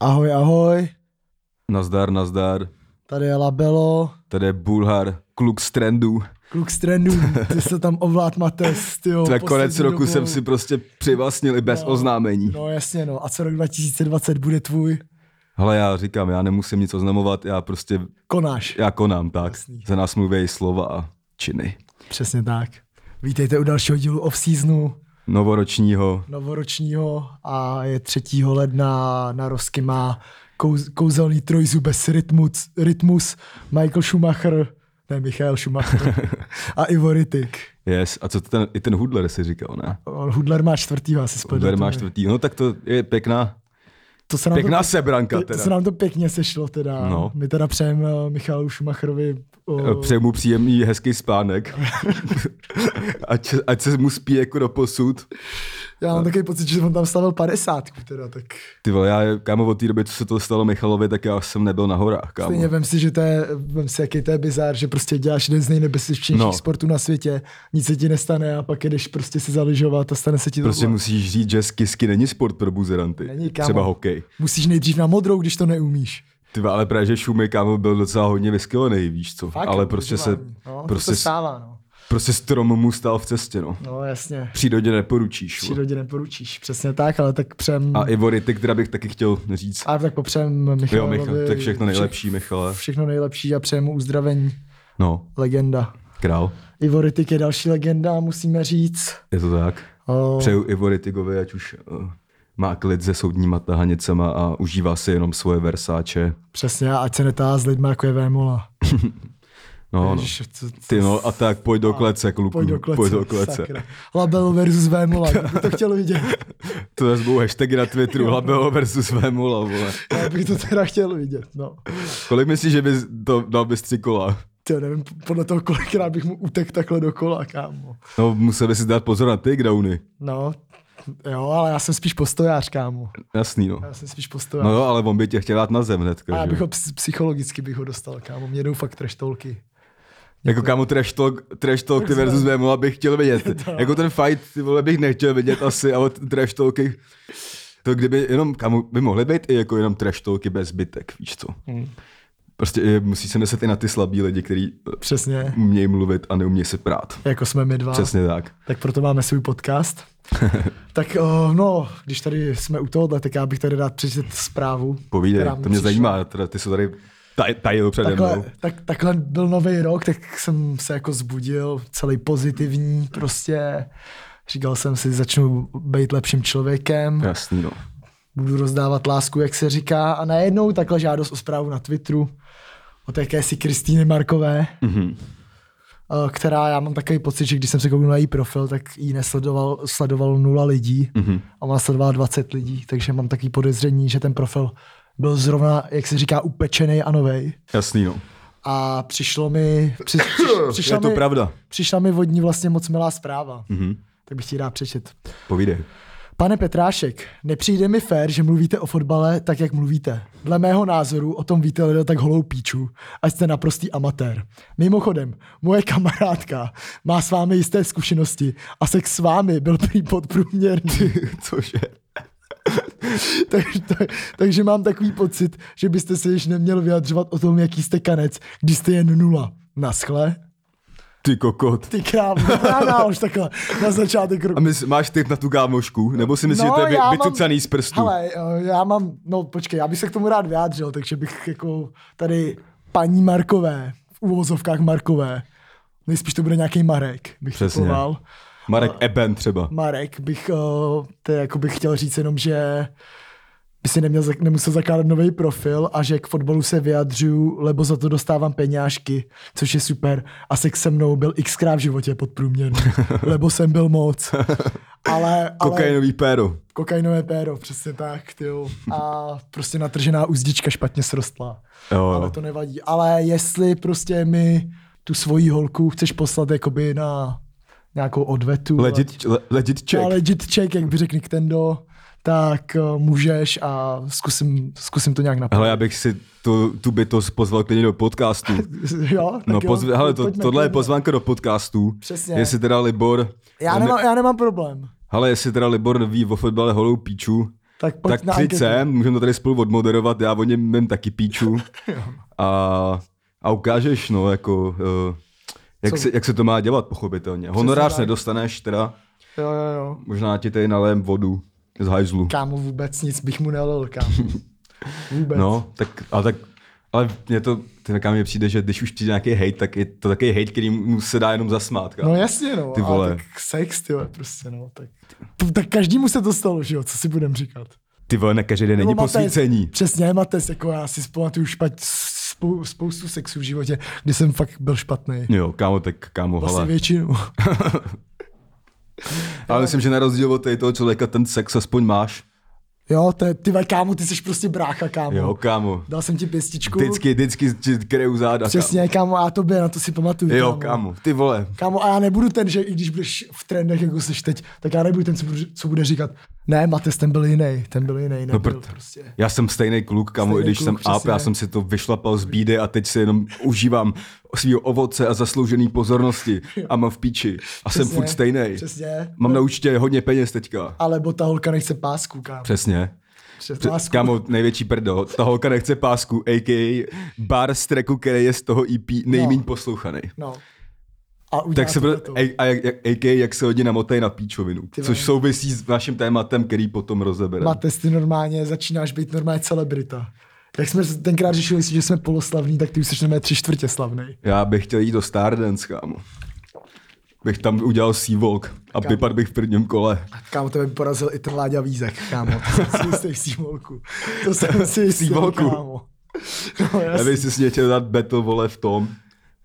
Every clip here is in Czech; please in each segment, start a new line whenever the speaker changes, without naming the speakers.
Ahoj, ahoj,
Nazdar, nazdar.
tady je Labelo,
Tady je Bulhar, kluk z trendů.
kluk z trendů, ty se tam ovlád Mates, ty jo.
Tvé konec
poslední
roku
dobou.
jsem si prostě přivlastnil i bez
No.
oznámení.
No jasně, no. A co rok 2020 bude tvůj?
Hele, já říkám, já nemusím nic oznamovat, já prostě,
Konáš.
já konám, tak.
Jasný.
Za nás mluví slova a činy.
Přesně tak. Vítejte u dalšího dílu off-seasonu
Novoročního,
novoročního a je 3. ledna na Rosky má kouz, kouzelný trojzubes rytmus, rytmus Michael Schumacher, ne Michael Schumacher a Ivo Rittik.
yes. A co to ten, i ten Hudler si říkal, ne?
On Hudler má čtvrtýho, asi spojil.
Hudler má čtvrtý, no tak to je pěkná,
To se nám to
pěkná sebranka
To, to se
teda.
nám to pěkně sešlo teda. No.
No.
My teda přejeme uh, Michalu Schumacherovi eh, o,
Eh, Přeju mu příjemný, hezký spánek. ať, ať se mu spí jako do posud.
já mám takový pocit, že on tam stavil 50 teda, tak
Ty vole, já, kámo, od té doby, co se to stalo Michalovi, tak já jsem nebyl na horách, kámo.
stejně vem si, že to je, vem si, jaký to je bizár, že prostě děláš jeden z nejnebezpečnějších no.
No.
sportů na světě, nic se ti nestane a pak jdeš prostě si zaližovat a stane se ti to.
Prostě musíš říct, že skisky není sport pro buzeranty.
Není, kámo.
Třeba hokej.
Musíš nejdřív na modrou, když to neumíš.
Ty vole, ale právě, že Šumy, kámo, byl docela hodně vyskylený, víš co.
Fakt,
ale prostě se,
ubližování. no,
prostě,
to se
s-
stává, no.
prostě strom mu stál v cestě, no.
No jasně,
Přírodě neporučíš. vole.
přírodě neporučíš, přesně tak, ale tak přem...
A Ivory, ty, která bych taky chtěl říct.
a tak popřem
jo,
Michalovi.
Michal, tak všechno nejlepší, Michale.
Všechno nejlepší a přejemu uzdravení.
No,
Legenda.
král,
Ivo Rittik je další legenda, musíme říct.
je to tak.
O,
Přeju Ivory Tigovi, ať už uh, má klid se soudníma tahanicema a užívá si jenom svoje versáče.
přesně, a ať se netá s lidmi, jako je Vémola.
No, no.
Ježiš, co- co-
Ty no, a tak pojď do klece, kluku.
Pojď do klece. sakra. Label versus Vémola, kdo by to chtěl vidět.
To je zbou hashtag na Twitteru, Labelo versus Vémola, vole.
Já bych to teda chtěl vidět, no.
Kolik myslíš, že by to dal bys tři kola?
Ty, jo, nevím, podle toho, kolikrát bych mu utek takhle dokola, kámo.
No, musel by si dát pozor na takedowny.
No, jo, ale já jsem spíš postojář, kámo.
Jasný, no.
Já jsem spíš postojář.
No jo, ale on by tě chtěl dát na zem hnedka,
a já
že?
bych
jo?
ho ps- psychologicky bych ho dostal, kámo. Mě jdou fakt treštolky.
Jako kámo trash talk, trash talk ty versus Vémola bych chtěl vidět.
No.
Jako ten fight, ty vole, bych nechtěl vidět asi, ale t- trash talky... To kdyby jenom, kámo, by mohly být i jako jenom trash talky bez zbytek, víš co?
Hmm.
Prostě i- musí se myslet i na ty slabý lidi, kteří
Přesně,
umějí mluvit a neumějí se prát.
jako jsme my dva.
Přesně tak.
tak proto máme svůj podcast. tak o, no, když tady jsme u tohohle, tak já bych tady rád přečet zprávu.
Povídej,
která
to
mi
mě
přišla.
zajímá, teda ty se tady taj, tajil přede mnou.
Takhle, tak, takhle byl nový rok, tak jsem se jako zbudil, celý pozitivní prostě. Říkal jsem si, začnu být lepším člověkem,
Jasný, no.
budu rozdávat lásku, jak se říká. A najednou takhle žádost o zprávu na Twitteru od jakési Kristýny Markové,
Mhm.
eh, která já mám takový pocit, že když jsem se koukal na její profil, tak ji nesledoval, sledoval nula lidí.
Mhm.
a ona sledovala 20 lidí, takže mám takový podezření, že ten profil byl zrovna, jak se říká, upečený a novej.
Jasný, no.
A přišlo mi, při, přiš, přišla,
Je to
mi
pravda.
přišla mi od ní vlastně moc milá zpráva.
Mhm.
Tak bych ti ji rád přečet.
Povídej.
Pane Petrášek, nepřijde mi fér, že mluvíte o fotbale tak, jak mluvíte. Dle mého názoru o tom víte lidé tak holou píču, ať jste naprostý amatér. Mimochodem, moje kamarádka má s vámi jisté zkušenosti a sex s vámi byl prý podprůměrný.
Cože?
tak, tak, takže mám takový pocit, že byste se již neměl vyjadřovat o tom, jaký jste kanec, když jste jen nula. Naschle?
Ty kokot.
Ty krám, rána už takhle, na začátek roku.
A mys, máš tip na tu gámošku? Nebo si myslíš,
No,
že to je vy,
já mám-
vycucaný z prstů?
Hele, eh, já mám, no počkej, já bych se k tomu rád vyjádřil, takže bych jako tady paní Markové, v úvozovkách Markové, nejspíš to bude nějaký Marek, bych
Přesně.
typoval. no,
Marek Eben třeba.
Marek, bych, eh, to je, jako bych chtěl říct jenom, že by si neměl, zak- nemusel zakládat nový profil a že k fotbalu se vyjadřuju, lebo za to dostávám peňážky, což je super. A sex se mnou byl xkrát v životě podprůměrný, lebo jsem byl moc. Ale, ale
Kokainový péro.
kokainové péro, přesně tak, tyjo. A prostě natržená uzdička špatně srostlá.
Jo,
Ale
jo.
to nevadí. Ale jestli prostě mi tu svoji holku chceš poslat jakoby na nějakou odvetu.
Legit, le, legit check.
Ale legit check, jak by řekl Nintendo, tak eh, můžeš a zkusím, zkusím to nějak napravit.
Hele, já bych si tu, tu bytost pozval klidně do podcastu.
jo, tak
No,
jo,
pozv, hele, to,
pojďme,
tohle je
pojďme.
pozvánka do podcastu.
Přesně.
Jestli teda Libor...
Já
ne-
nemám, já nemám problém.
Hele, jestli teda Libor ví o fotbale holou píču,
Tak pojď
Tak
na
přijď
anketu.
sem, můžeme to tady spolu odmoderovat, já o něm vím taky píču. A, a ukážeš, no, jako, uh, jak,
Co?
se, jak se to má dělat, pochopitelně. Honorář
tak.
nedostaneš, teda
Jo, jo, jo.
možná ti tady nalejem vodu z hajzlu.
Kámo, vůbec nic bych mu nelil, kámo. Vůbec.
No, tak, ale tak, ale mě to, ty kam mi přijde, že když už přijde nějaký hate, tak je to takový hate, který mu se dá jenom zasmát. kámo.
No jasně, no.
Ty
ale
vole.
tak sex, ty vole, prostě, no. Tak, P- tak každému se to stalo, že jo, co si budem říkat.
Ty vole, ne každý den není
Nebo Matez.
posvícení.
Přesně, Mates, jako já si pamatuju špat, spou, spoustu sexů v životě, kdy jsem fakt byl špatný.
Jo, kámo, tak kámo,
Vlastně
hele.
většinu.
Ale myslím, že na rozdíl od tady toho člověka ten sex aspoň máš.
Jo, to je, ty vole, kámo, ty jsi prostě brácha, kámo.
Jo, kámo.
Dal jsem ti pěstičku.
Vždycky, vždycky ti kreu záda.
Přesně, kámo, já to byl, na to si pamatuju.
Kámo. Jo, kámo, ty vole.
Kámo, a já nebudu ten, že i když budeš v trendech, jako jsi teď, tak já nebudu ten, co, bude- co bude říkat, ne, Mates, ten byl jiný, ten byl jiný, nebyl no,
prd.
prostě.
Já jsem stejný kluk, kámo,
Stejnej
i když
kluk,
jsem up,
přesně.
já jsem si to vyšlapal z bídy a teď si jenom užívám svýho ovoce a zasloužený pozornosti a mám v píči. A jsem
Přesně,
furt stejný.
přesně.
Mám na účtě hodně peněz teďka.
Alebo ta holka nechce pásku, kámo.
Přesně.
Přes
Pře-
lásku.
Kámo, největší prdo. Ta holka nechce pásku, a.k.a. bar z tracku, který je z toho EP nejméně
No.
poslouchaný.
No. A udělá
Tak se pro,
tohleto.
a, a, jak- jak- a.k.a. jak se hodně namotají na píčovinu,
vole.
což souvisí s naším tématem, který potom rozebereme.
Mates, ty normálně začínáš být normálně celebrita. Jak jsme tenkrát řešili, že jsme poloslavní, tak ty už jsi normálně tři čtvrtě slavný.
Já bych chtěl jít do Stardance, kámo. Bych tam udělal Seawalk a
Kámo.
vypadl bych v prvním kole.
Kámo, tebe by porazil i ten Láďa Vízek, kámo. To jsem si jistý v símolku. To jsem si jistý,
Símolku.
kámo. No,
Já
jasně.
bych si s ně chtěl dát battle vole v tom,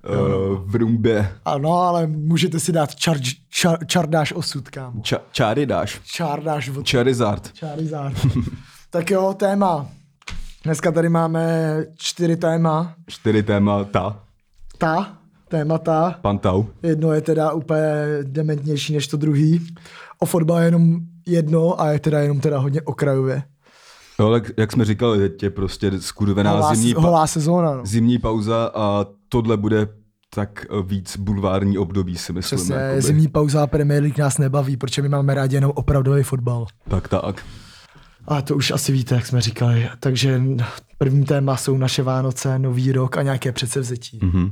no.
eh, v rumbě.
Ano, no, ale můžete si dát čar, čar, čardáš osud, kámo.
Ča- čáry dáš.
Čardáš od
Charizard.
Charizard. tak jo, téma. Dneska tady máme čtyři téma.
Čtyři témata.
Ta témata.
Pantau.
Jedno je teda úplně dementnější než to druhý. O fotbale jenom jedno a je teda jenom teda hodně okrajově.
No, tak jak jsme říkali, teď je prostě skurvená
Holá,
zimní, pa-
holá sezóna, no.
zimní pauza a tohle bude tak eh, víc bulvární období, si myslím.
Přesně,
jakoby.
Prostě zimní pauza a Premier League nás nebaví, protože my máme rádi jenom opravdový fotbal.
Tak, tak.
A to už asi víte, jak jsme říkali. Takže první téma jsou naše Vánoce, Nový rok a nějaké předsevzetí.
Mhm.
Mm-hmm.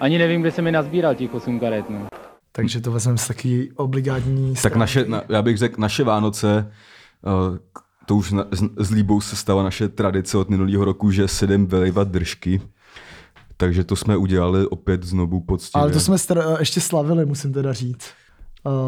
Ani nevím, kde se mi nazbíral těch 8 karet, no.
Takže to vezmeme z takový obligátní
Tak
stránky.
naše, na, já bych řekl, naše Vánoce, eh, k- to už na, z, s líbou se stala naše tradice od minulého roku, že si jdem vylejvat držky. Takže to jsme udělali opět znovu poctivě.
Ale to jsme stra- ještě slavili, musím teda říct.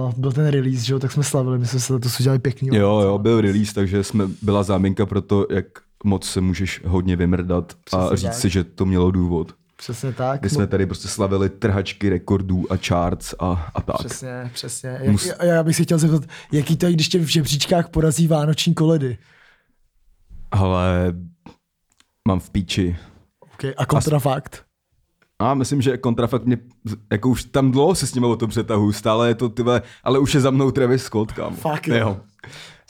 Uh, byl ten release, že jo, tak jsme slavili, my jsme se to udělali pěkný.
Jo, jo, byl release, takže jsme, byla záminka pro to, jak moc se můžeš hodně vymrdat a
Přesně
říct
tak.
si, že to mělo důvod.
Přesně tak.
My jsme tady prostě slavili trhačky rekordů a charts a, a tak.
Přesně, přesně. Jak, Mus... Já bych se chtěl zeptat, jaký to je, když tě v žebříčkách porazí vánoční koledy?
Ale mám v píči.
Okay, a kontrafakt.
A myslím, že kontrafakt mě, jako už tam dlouho se s ním o tom přetahu, stále je to ty vole, ale už je za mnou Travis Scott, kámo.
Fakt, jo.
jo.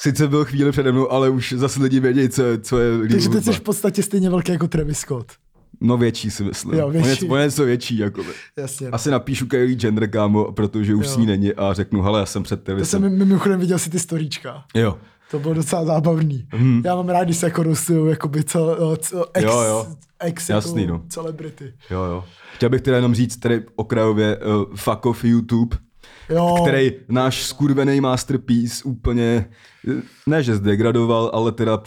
Sice byl chvíli přede mnou, ale už zase lidi vědí, co, je- co je líbí.
Takže ty jsi v podstatě stejně velký jako Travis Scott.
No větší si myslím.
Jo,
O
větší.
něco- O něco větší, jako.
Jasně. Asi...
Asi napíšu Kylie Jenner, kámo, protože už
Jo.
s ní není a řeknu, hele, já jsem před
To jsem
Travisem.
mi- mimochodem viděl si ty storíčka.
Jo.
To bylo docela zábavný. Hmm. Já mám rád, když se jako rostují jakoby cel, cel, ex,
Mhm. Jo, jo.
ex
Jasný,
jako
no.
celebrity.
Jo, jo. Chtěl bych teda jenom říct tady okrajově uh, fuck off YouTube,
Jo.
který náš skurvený masterpiece úplně, eh, ne že zdegradoval, ale teda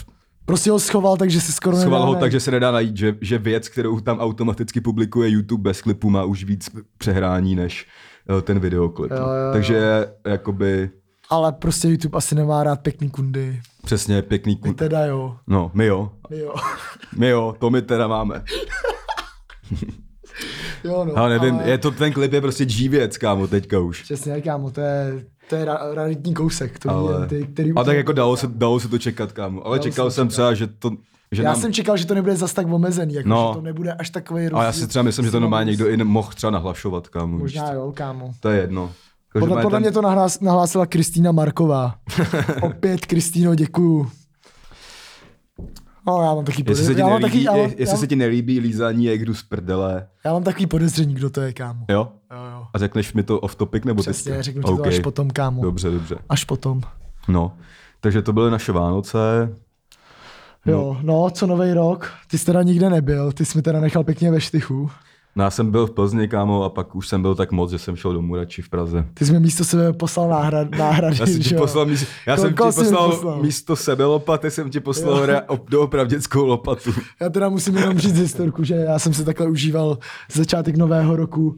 Prostě ho schoval, takže se skoro
schoval
nedá
ho
najít.
tak, že se nedá najít, že, že věc, kterou tam automaticky publikuje YouTube bez klipu, má už víc přehrání než eh, ten videoklip.
Jo, jo, jo.
Takže jakoby
Ale prostě YouTube asi nemá rád pěkný kundy.
přesně pěkný
My
kut.
teda jo.
No, my jo.
My jo.
My jo, to my teda máme.
jo no,
Ale nevím, je to, ten klip je prostě G věc, kámo, teďka už.
Přesně, kámo, to je, to je ra- raritní kousek, to
Ale...
ale... ty, který...
A tak jako dalo se, dalo se to čekat, kámo. Ale
Dalo
čekal
se
jsem třeba, že to... Že
Já
nám...
jsem čekal, že to nebude zas tak omezený, jako,
No.
no. že to nebude až takový rozdíl.
A já si třeba myslím, že
s
to
tím
normálně
mám-
někdo i mohl třeba nahlašovat, kámo. víš
Možná
co.
jo, kámo.
To je jedno.
Podle,
Každopádně
podle
tam-
mě to nahlás, nahlásila Kristýna Marková. Opět, Kristýno, děkuju. No, já mám taky
Jestli se
podezření.
ti
Já, mám
nelíbí,
taky, já, mám,
je-
já,
jestli se
mám,
ti nelíbí lízání jegru z prdele,
já mám takový podezření, kdo to je, kámo.
jo?
Jo, jo.
A řekneš mi to off topic nebo
Přesně,
teďka?
řeknu ti to
OK.
až potom, kámo.
Dobře, dobře.
Až potom.
No. Takže to byly naše Vánoce.
Jo, no, co nový rok? Ty jsi teda nikde nebyl, ty jsi mi teda nechal pěkně ve štychu.
No, já jsem byl v Plzni, kámo, a pak už jsem byl tak moc, že jsem šel domů radši v Praze.
Ty jsi mi místo sebe poslal náhrad, náhrady,
Já jsem ti
že jo?
poslal, míst, já jsem ti
Koliko jsi mi
poslal,
poslal?
místo sebe lopaty, jsem ti poslal re, op, doopravděckou lopatu.
Já teda musím jenom říct historku, že já jsem si takhle užíval začátek nového roku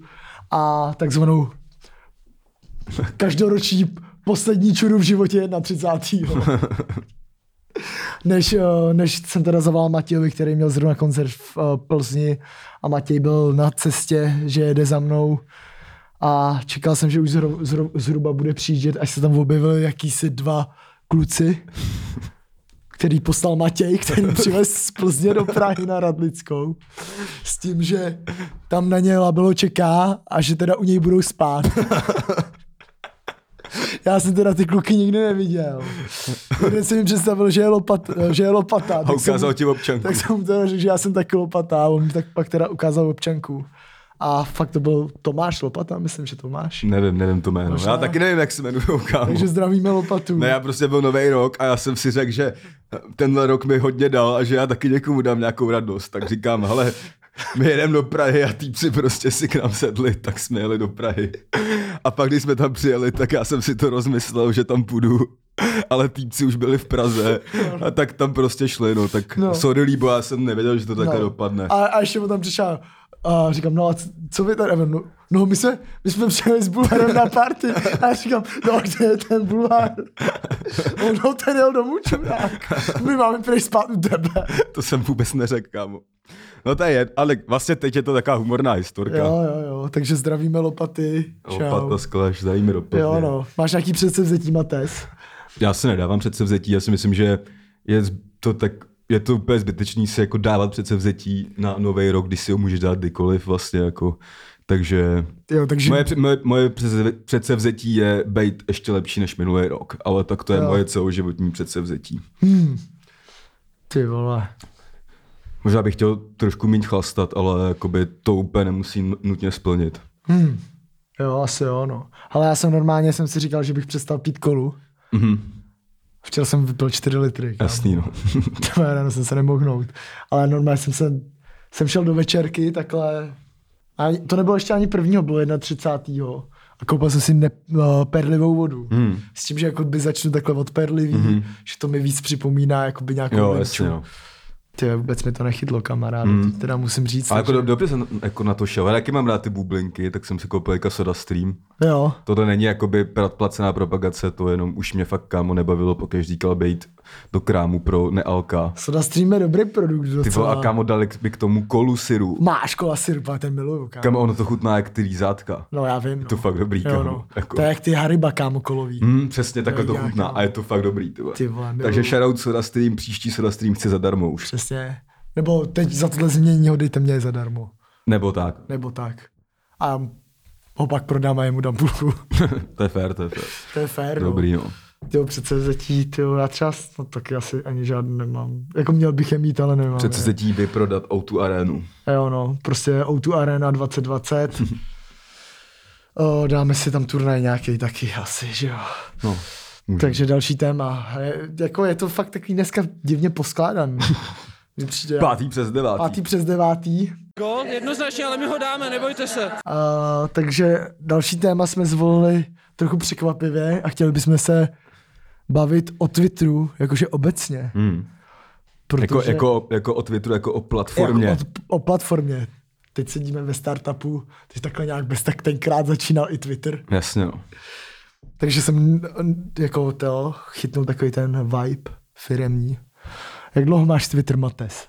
a takzvanou každoroční poslední čuru v životě na 30. Než, eh, než jsem teda zavolal Matějovi, který měl zrovna koncert v eh, Plzni a Matěj byl na cestě, že jede za mnou a čekal jsem, že už zhru, zhru, zhruba bude přijíždět, až se tam objevili jakýsi dva kluci, který poslal Matěj, který přivez z Plzně do Prahy na Radlickou, s tím, že tam na ně labelo čeká a že teda u něj budou spát. Já jsem teda ty kluky nikdy neviděl. Jeden jsem jim představil, že je, lopat, že je lopata.
A
tak jsem-
ukázal ti občanku.
tak jsem mu teda řekl, že já jsem taky lopata a on mi tak pak teda ukázal občanku. A fakt to byl Tomáš Lopata, myslím, že Tomáš.
Nevím, nevím to jméno.
Možná-
Já taky nevím, jak se jmenujou, kámo.
Takže zdravíme Lopatu.
Ne, já prostě byl nový rok a já jsem si řekl, že tenhle rok mi hodně dal a že já taky někomu dám nějakou radost. Tak říkám, hele, my jedeme do Prahy a týpci prostě si k nám sedli, tak jsme jeli do Prahy. A pak, když jsme tam přijeli, tak já jsem si to rozmyslel, že tam půjdu. Ale týpci už byli v Praze a tak tam prostě šli, no. Tak
No.
no. sorry, líbo, já jsem nevěděl, že to takhle
No.
no. dopadne.
A, a ještě mu tam přišel a říkám, no a c- co vy tady, no, no my, jsme, my jsme přijeli s Bulharem na party a já říkám, no kde je ten Bulhar? On no, ten jel domů, čurák. My máme pryč spát u tebe.
To jsem vůbec neřekl, kámo. No to je, ale vlastně teď je to taková humorná historka.
Jo, jo, jo, takže zdravíme Lopaty. Čau.
Opata skláš, zajímá do Plzně.
Jo, no. Máš nějaký předsevzetí, Mates?
Já si nedávám předsevzetí, já si myslím, že je z- to tak je to úplně zbytečný si jako dávat předsevzetí na nový rok, když si ho můžeš dát kdykoliv vlastně jako. Takže
Jo, takže...
moje, před- moje, moje předsevze- předsevzetí je být ještě lepší než minulý rok, ale tak to je
Jo.
jo. moje celoživotní předsevzetí.
Ty vole.
Možná bych chtěl trošku méně chlastat, ale jakoby to úplně nemusím nutně splnit.
Hm. Jo, asi jo, no. Ale já jsem normálně jsem si říkal, že bych přestal pít kolu.
Mhm,
Včera jsem vypil 4 litry. kámo.
jasný no.
To ráno jsem se nemohl hnout. Ale normálně jsem se, jsem šel do večerky takhle. A to nebylo ještě ani prvního, bylo 31. A koupil jsem si ne, uh, perlivou vodu.
Hmm.
S tím, že jakoby začnu takhle od perlivý, že to mi víc připomíná jakoby nějakou
Jo,
limču.
jasně no.
Ty, vůbec mi to nechytlo, kamaráde, mm. to teda musím říct.
A jako
takže-
do, dobře jsem jako na to šel, já taky mám rád ty bublinky, tak jsem si koupil jako Soda Stream.
Jo,
Toto není jakoby pra- placená propagace, to jenom už mě fakt kámo nebavilo po každý být do krámu pro nealka.
Soda Stream je dobrý produkt
Ty vole,
docela.
a kámo dali by k tomu kolu syru.
Máš kola sirpa, ten miluju, kámo.
Kámo, ono to chutná jak ty lízátka.
No já vím. No.
To fakt dobrý,
jo,
kámo.
no.
Jako-
To je jak ty hariba, kámo, kolový.
Mm, přesně takhle to
No, já,
chutná
kámo.
a je to fakt dobrý. Ty vole.
Ty vole, miluju.
Takže shoutout Soda Stream, příští Soda Stream chci zadarmo už.
Přesně. Nebo teď za tohle změnění ho dejte mě zadarmo.
Nebo tak.
Nebo tak. A ho pak prodám a jemu dám půlku.
to je fér, to je fér.
to je fér,
Dobrý,
no.
jo.
Tyjo, přece vzetí, tyjo, já třeba, no taky asi ani žádný nemám. Jako měl bych je mít, ale nemám.
Přece
je.
se tí vyprodat o tu arénu.
Jo, no, prostě O2 Arena 2020. o, dáme si tam turnaj nějaký taky asi, že jo.
No. Můžeme.
Takže další téma. Je, jako je to fakt takový dneska divně poskládaný. Mně přijde
Pátý přes devátý.
pátý přes devátý.
Gol, jednoznačně, ale my ho dáme, nebojte se.
A, takže další téma jsme zvolili trochu překvapivě a chtěli bychom se bavit o Twitteru, jakože obecně.
Hmm. Jako,
Protože,
jako, jako o Twitteru, jako o platformě.
Jako o, o platformě. Teď sedíme ve startupu, teď takhle nějak bez tak tenkrát začínal i Twitter.
Jasně, no.
Takže jsem n- jako to chytnul takový ten vibe firemní. Jak dlouho máš Twitter, Mates?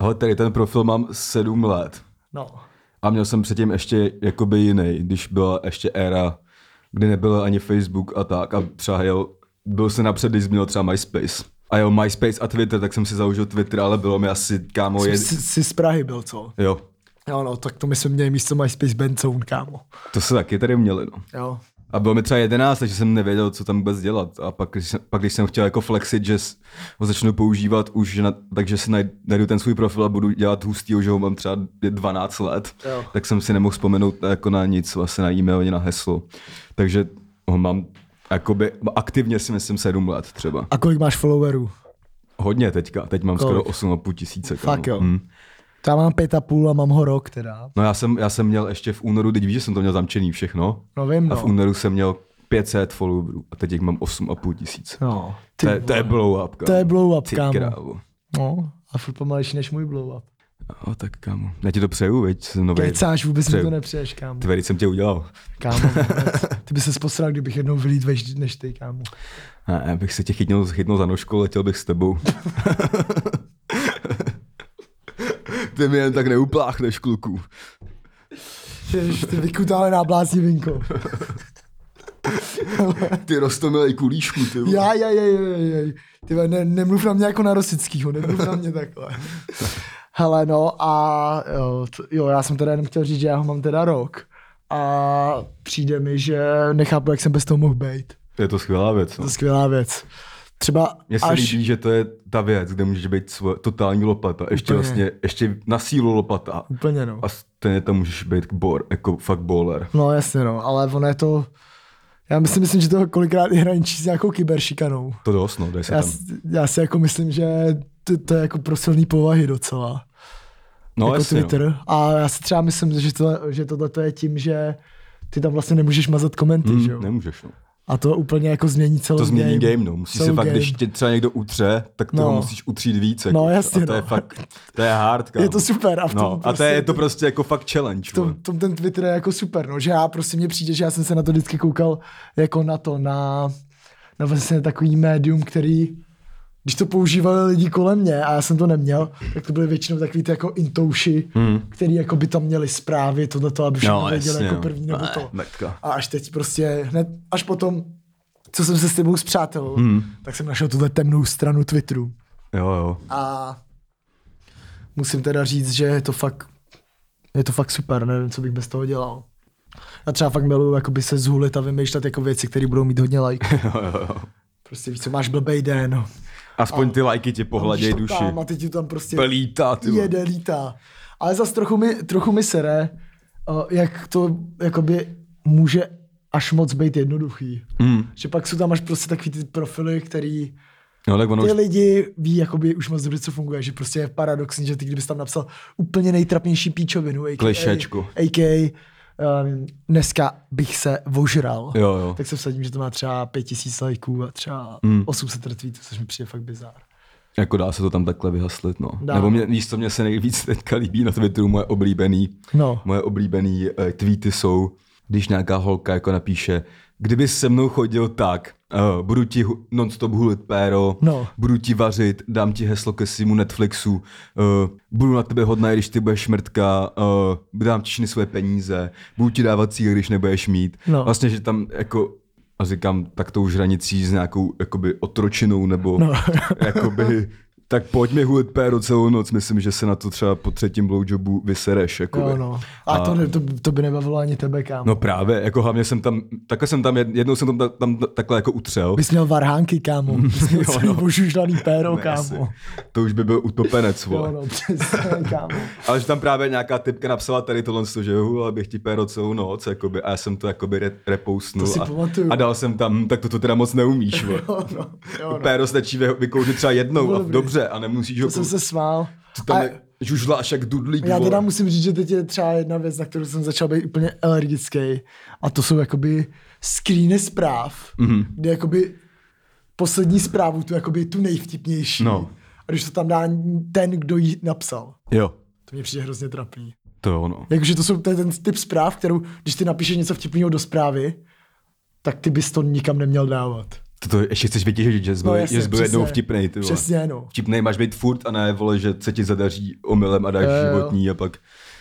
Hele, tady ten profil mám sedm let.
No.
A měl jsem předtím ještě jakoby jiný, když byla ještě éra, kdy nebyl ani Facebook a tak. A třeba jel, byl jsem napřed, když měl třeba MySpace. A jo, MySpace a Twitter, tak jsem si založil Twitter, ale bylo mi asi, kámo, je...
Jsi, jsi z Prahy byl, co?
Jo,
Jo, no, tak to my jsme měli místo MySpace Benzone, kámo.
to se taky tady měli, no.
Jo.
A bylo mi třeba 11, takže jsem nevěděl, co tam vůbec dělat. A pak, když jsem, pak, když jsem chtěl jako flexit, že s- ho začnu používat už, že na, takže si naj- najdu ten svůj profil a budu dělat hustý, že ho mám třeba 12 let,
Jo.
tak jsem si nemohl vzpomenout na- jako na nic, vlastně na e-mail ani na heslo. Takže ho mám a Jakoby, aktivně si myslím sedm let třeba.
A kolik máš followerů?
Hodně teďka, teď mám
Kolik?
skoro 8,5 tisíce. kámo.
Fakt jo.
Mm.
Já mám pět a půl a mám ho rok teda.
No já jsem, já jsem měl ještě v únoru, teď víš, že jsem to měl zamčený všechno.
No vím,
A v
no.
únoru jsem měl 500 followerů a teď jich mám 8,5 tisíce.
no.
To je, to je blow up, kámo.
To je blow up,
Ty
kámo.
krávo.
No, a furt pomalejší než můj blow up.
O, tak kámo. Já ti to přeju, veď, jsem nový.
Kecáš, vůbec mi
Přeju.
to nepřeješ, kámo.
Ty veď jsem tě udělal.
Kámo, vůbec. ty by se posral, kdybych jednou vylít veš, než ty, kámo.
Ne, já bych se tě chytnul, chytnul za nožku, letěl bych s tebou. Ty mi jen tak neupláchneš, kluku.
Ježiš, ty vykutále náblázní vinko.
Ty rostomilej kulíšku, ty vole.
Já, já, já, já, já, já. Ty vole, ne, nemluv na mě jako na Rosickýho, nemluv na mě takhle. Hele, no a jo, t- jo, já jsem teda jenom chtěl říct, že já ho mám teda rok. A přijde mi, že nechápu, jak jsem bez toho mohl být.
Je to skvělá věc.
To
No.
je skvělá věc. Třeba
Mně se
až...
Až... líbí, že to je ta věc, kde můžeš být svoje, totální lopata. Ještě
Úplně.
Úplně. vlastně, ještě na sílu lopata.
Úplně no.
A stejně tam můžeš být bor, jako fakt bowler.
No jasně no, ale ono je to... Já myslím, myslím, že to kolikrát i hraničí s nějakou kyberšikanou.
To dost, no, dej se
Já,
tam.
s- já si jako myslím, že to, to je jako pro silný povahy docela.
No,
jako
jasně,
Twitter.
No.
No. A já si třeba myslím, že, to, že tohleto je tím, že ty tam vlastně nemůžeš mazat komenty, mm, že jo?
Mm, nemůžeš, no.
A to úplně jako změní celou
To změní
game.
game, no. Musíš
Celou
si fakt,
game.
když tě třeba někdo utře, tak toho
No.
musíš utřít víc. Jako.
No, jasně,
a to je
no.
fakt, to je hard, kámo.
Je to super a v tom
no, a to
prostě-
je, je to prostě jako fakt challenge.
V
vole.
tom, tom ten Twitter je jako super, no, že já prostě mně přijde, že já jsem se na to vždycky koukal jako na to, na, na vlastně takový médium, který, když to používali lidi kolem mě a já jsem to neměl, tak to byly většinou takový ty jako intouši, hmm. který jako by tam měli zprávy, tohle to, aby všechno
No,
věděli
jasně,
jako
no.
první nebo
Ne,
to.
metka.
A až teď prostě, hned až potom, co jsem se s tebou zpřátel, hmm. tak jsem našel tuhle temnou stranu Twitteru.
Jo, jo.
A musím teda říct, že je to fakt, je to fakt super, nevím, co bych bez toho dělal. Já třeba fakt miluju jakoby se zhulit a vymýšlet jako věci, které budou mít hodně like. Prostě víš, co máš blbej den.
Aspoň ty lajky ti
A
pohladěj
když to
duši.
Tam, a teď ti to tam prostě
Pelíta, ty vole.
jede, lítá. Ale zas trochu mi, trochu mi sere, eh, jak to jakoby může až moc být jednoduchý.
Hm.
Mm.
Hmm.
Že pak jsou tam až prostě takový ty profily, který
No, tak ono
ty
už
lidi ví jakoby už moc dobře, co funguje, že prostě je paradoxní, že ty kdybys tam napsal úplně nejtrapnější píčovinu, a.k.a.
Klišečku.
a.k.a. Um, dneska bych se vožral,
Jo, jo.
tak se vsadím, že to má třeba 5000 lajků a třeba
Hmm.
800 retweetů, což mi přijde fakt bizár.
Jako dá se to tam takhle vyhaslit, no.
Dá.
Dá. Nebo mě, víš, co mě se nejvíc teďka líbí na Twitteru, moje oblíbený,
No.
moje oblíbený eh, tweety jsou, když nějaká holka jako napíše, kdyby se mnou chodil tak, uh, budu ti hu- non-stop hulit péro,
No.
budu ti vařit, dám ti heslo ke svýmu Netflixu, uh, budu na tebe hodná, když ty budeš mrtka, uh, dám ti všechny svoje peníze, budu ti dávat cíl, když nebudeš mít.
No.
Vlastně, že tam jako a říkám, tak to už hranicí s nějakou jakoby otročinou nebo
No.
no. jakoby, tak pojďme hulit péro celou noc, myslím, že se na to třeba po třetím blowjobu vysereš. Jakoby.
Jo, no. A, to, ne- to, to, by nebavilo ani tebe, kámo.
no právě, jako hlavně jsem tam, takhle jsem tam, jed- jednou jsem tam, ta- tam ta- takhle jako utřel.
Bys měl varhánky, kámo. Bys měl celý
no.
ožužlaný péro,
Ne, asi.
kámo.
To už by byl utopenec, vole.
Jo, no, přesně, kámo.
Ale že tam právě nějaká typka napsala tady tohle, že jo, abych ti péro celou noc, jakoby, a já jsem to jakoby re- repoustnul
To si
a,
pamatuju.
a, dal jsem tam, "Hm, tak to, to teda moc neumíš, vole.
Jo, no, jo, no.
Péro stačí vy- vykouřit třeba jednou a
Dobrý.
dobře a nemusíš ho
To jsem se smál.
To tam
A-
je žužláš jak dudlík,
Já
vole.
teda musím říct, že teď je třeba jedna věc, na kterou jsem začal být úplně alergický a to jsou jakoby screeny zpráv,
Mhm.
mm-hmm. kde jakoby poslední zprávu, tu jakoby tu nejvtipnější.
No.
A když to tam dá ten, kdo ji napsal.
Jo,
To mě přijde hrozně trapný.
to je ono.
Jakože to, jsou, to je ten typ zpráv, kterou, když ty napíšeš něco vtipného do zprávy, tak ty bys to nikam neměl dávat.
To, to ještě chceš vytěžit, že jsi byl,
No
no,
jasně,
jasně, že jsi byl jednou
přesně.
vtipnej, ty vole.
Přesně, no.
Vtipnej máš být furt a ne, vole, že se ti zadaří omylem a dáš
Jo, Eh, jo.
životní a pak...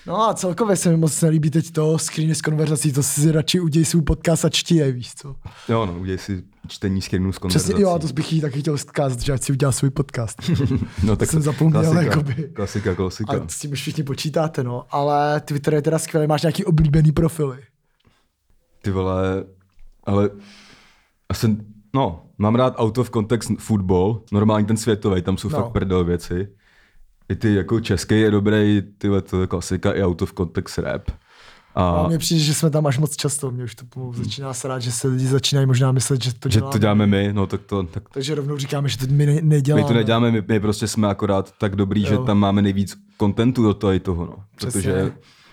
No a celkově se mi moc nelíbí teď to screeny z konverzací, to si radši uděj svůj podcast a čti je, víš co.
Jo, no, udělej si čtení screenů z konverzací.
Přesně, jo, a to bych jí taky chtěl zkázat, že ať si udělá svůj podcast.
no,
jsem zapomněl,
klasika,
jakoby.
Klasika, klasika.
a s tím už všichni počítáte, no. Ale Twitter je teda skvělý, máš nějaký oblíbený profily.
Ty vole, ale... Asi, no, mám rád out of context football, normálně ten světový, tam jsou
No.
no. fakt prdel věci. I ty jako český je dobrý, ty vole, to je klasika, i out of context rap. A Mhm.
A mně přijde, že jsme tam až moc často. Mě už to pomalu začíná srát, že se lidi začínají možná myslet, že to
že
děláme.
to děláme my, no tak to, tak
Takže rovnou říkáme, že to my ne- neděláme.
my to neděláme, my, my prostě jsme akorát tak dobrý, jo. že tam máme nejvíc kontentu do tady toho, no.
Přesně.
Protože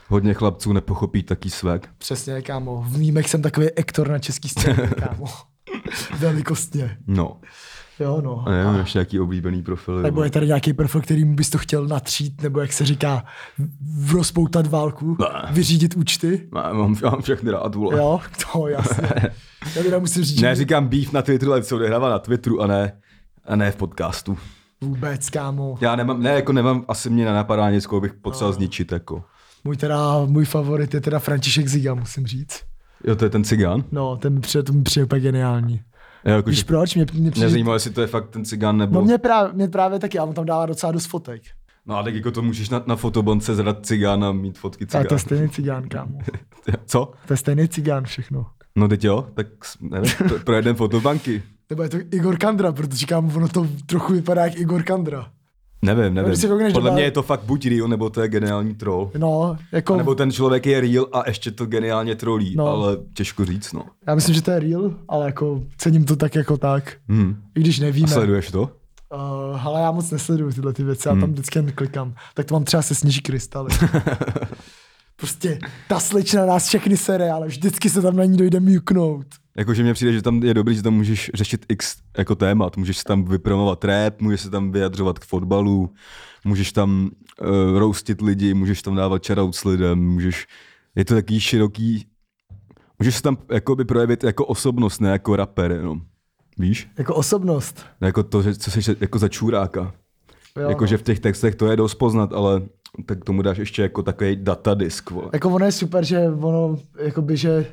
hodně chlapců nepochopí taký svek.
Přesně, kámo. V mýmech jsem takový ektor na český scéně, kámo. Velikostně.
No.
Jo, no.
A nevím, ještě nějaký oblíbený profil.
Nebo
jo.
je tady nějaký profil, kterým bys to chtěl natřít, nebo jak se říká, v- rozpoutat válku,
Ne.
vyřídit účty.
Má- Mám, mám všechny rád, vole.
Jo, to jasně. Já teda musím říct,
Ne,
že
říkám beef na Twitteru, ale se odehrává na Twitteru a ne, a ne v podcastu.
vůbec, kámo.
Já nemám, ne, jako nemám, asi mě nenapadá nic, koho bych
No.
potřeboval zničit, jako.
Můj teda, můj favorit je teda František Ziga, musím říct.
Jo, to je ten cigán?
No, ten mi přijde, to mi přijde úplně geniální.
Jo, jako,
Víš
že-
proč? Mě, mě přijde,
Nezajímalo, jestli to je fakt ten cigán nebo...
No mě právě, mě právě taky, a on tam dává docela dost fotek.
No a tak jako to můžeš na, na fotobonce zrat cigána a mít fotky
A
cigána.
to je stejný cigán, kámo.
Co?
To je stejný cigán všechno.
No teď jo, tak s- nevím, pro- projedem fotobanky.
Nebo je to Igor Kandra, protože kámo, ono to trochu vypadá jak Igor Kandra.
Nevím,
No, když si koukneš
nevím. Podle
doma-
mě je to fakt buď real, nebo to je geniální troll.
No, jako,
A nebo ten člověk je real a ještě to geniálně trolí,
No.
no. ale těžko říct, no.
já myslím, že to je real, ale jako cením to tak jako tak.
Hmm.
I když nevíme.
A sleduješ to?
Uh, ale já moc nesleduju tyhle ty věci, já tam vždycky jen klikám. Tak to mám třeba se sněží krystaly. prostě ta slečna nás všechny sere, ale vždycky se tam na ní dojde mjuknout.
Jakože mně přijde, že tam je dobrý, že tam můžeš řešit x jako témat. Můžeš si tam vypromovat rap, můžeš se tam vyjadřovat k fotbalu, můžeš tam uh, roustit lidi, můžeš tam dávat shoutouts lidem, můžeš... Je to takový široký... Můžeš se tam jakoby projevit jako osobnost, ne jako rapper jenom. Víš?
Jako osobnost.
Ne Jako to, že, co jsi jako za čůráka.
Jo, no.
Jakože v těch textech to je dost poznat, ale tak tomu dáš ještě jako takový datadisk, vole.
Jako ono je super, že ono, jakoby, že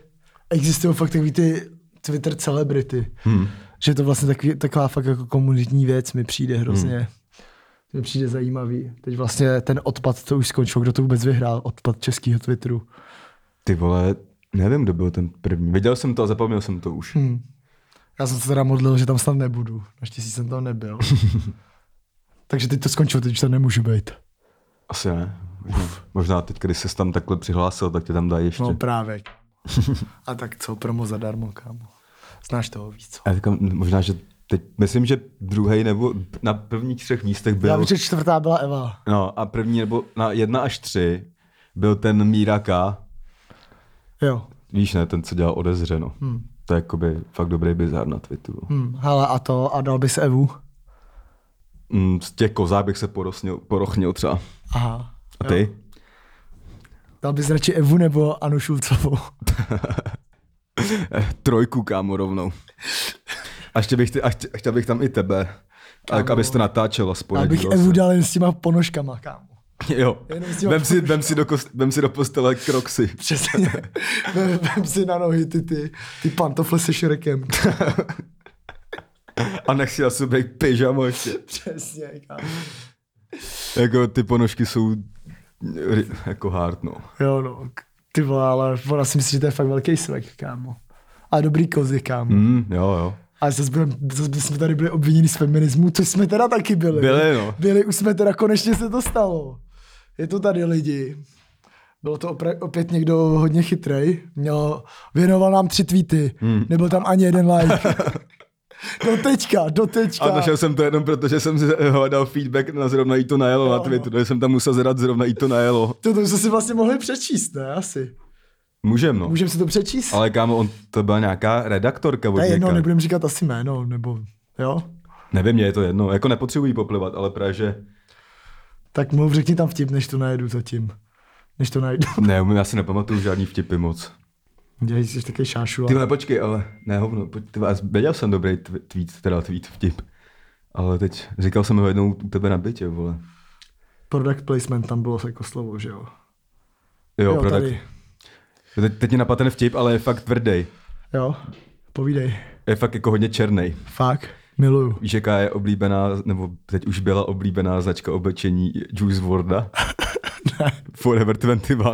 existují fakt takový ty Twitter celebrity. Hmm. Že je to vlastně takový, taková fakt jako komunitní věc mi přijde hrozně. Hmm. To mi přijde zajímavý. Teď vlastně ten odpad to už skončil, kdo to vůbec vyhrál, odpad českého Twitteru.
Ty vole, nevím, kdo byl ten první. Viděl jsem to a zapomněl jsem to už. Hmm.
Já jsem se teda modlil, že tam snad nebudu. Naštěstí jsem tam nebyl. Takže teď to skončilo, teď už tam nemůžu být.
Asi ne. Možná, možná teď, když ses tam takhle přihlásil, tak tě tam dají ještě.
No
No.
právě. A tak co, promo zadarmo, kámo. Znáš toho víc.
Já říkám, možná, že teď, myslím, že druhý nebo na prvních třech místech byl.
Já vím, že čtvrtá byla Eva.
No a první nebo na jedna až tři byl ten Míra K.
Jo.
Víš ne, ten, co dělal odezřeno. Hmm. To je jakoby fakt dobrý bizár na Twitteru. Hmm.
Hm, hele, a to, a dal bys Evu.
Mm, z těch kozák bych se porosnil, porochnil třeba.
Aha.
A ty? Jo.
Dal bys radši Evu nebo Anu Šulcovou?
Trojku, kámo, rovnou. A ještě bych, ty, a chtě, chtěl bych tam i tebe. Kámo. Tak, abys to natáčel aspoň.
Já bych
díval
Evu
se.
dal jen s těma ponožkama, kámo.
Jo,
Jenom s těma
vem si, vem, si do kost, vem si do postele kroksy.
Přesně. Vem- Vem si na nohy ty, ty, ty pantofle se šrekem.
A nech si na sobě pyžamo ještě.
Přesně, kámo.
Jako ty ponožky jsou ry- jako hard, no.
Jo, no, k- ty vole, ale ona si myslí, že to je fakt velký svek, kámo. A dobrý kozy, kámo. Hmm.
Mm, jo, jo.
A zase, budem, zase jsme tady byli obviněni z feminismu, což jsme teda taky byli.
Byli, no.
Byli, už jsme teda, konečně se to stalo. Je to tady lidi. Bylo to opra- opět někdo hodně chytrej. Měl, věnoval nám tři tweety. Hmm. Nebyl tam ani jeden like. do teďka, do teďka.
A našel jsem to jenom, protože jsem z- hledal feedback na zrovna jí to najelo na
no.
Twitteru, takže jsem tam musel zadat zrovna jí to najelo.
To, to jsme si vlastně mohli přečíst, ne? Asi.
Můžem, no.
Můžeme si to přečíst?
Ale kámo, on, to byla nějaká redaktorka od
ne, jednou
někaď.
nebudeme říkat asi jméno, nebo jo?
Nevím, mě je to jedno. Jako nepotřebují poplivat, ale právě, že
Tak mu řekni tam vtip, než to najedu zatím. Než to najdu.
ne, já si nepamatuju žádný vtipy moc.
Dělej, jsi taky šášu.
Ty vole, počkej, ale ne, hovno, pojď, ty, vole, věděl jsem dobrý tw- tweet, teda tweet vtip. Ale teď říkal jsem ho jednou u tebe na bytě, vole.
Product placement tam bylo jako slovo, že jo?
Jo,
jo
jo product.
tady.
Teď, teď mě napadl ten vtip, ale je fakt tvrdý.
Jo, povídej.
Je fakt jako hodně černý.
Fakt, miluju.
Víš, jaká je oblíbená, nebo teď už byla oblíbená značka oblečení Juice WRLDa? Forever 21.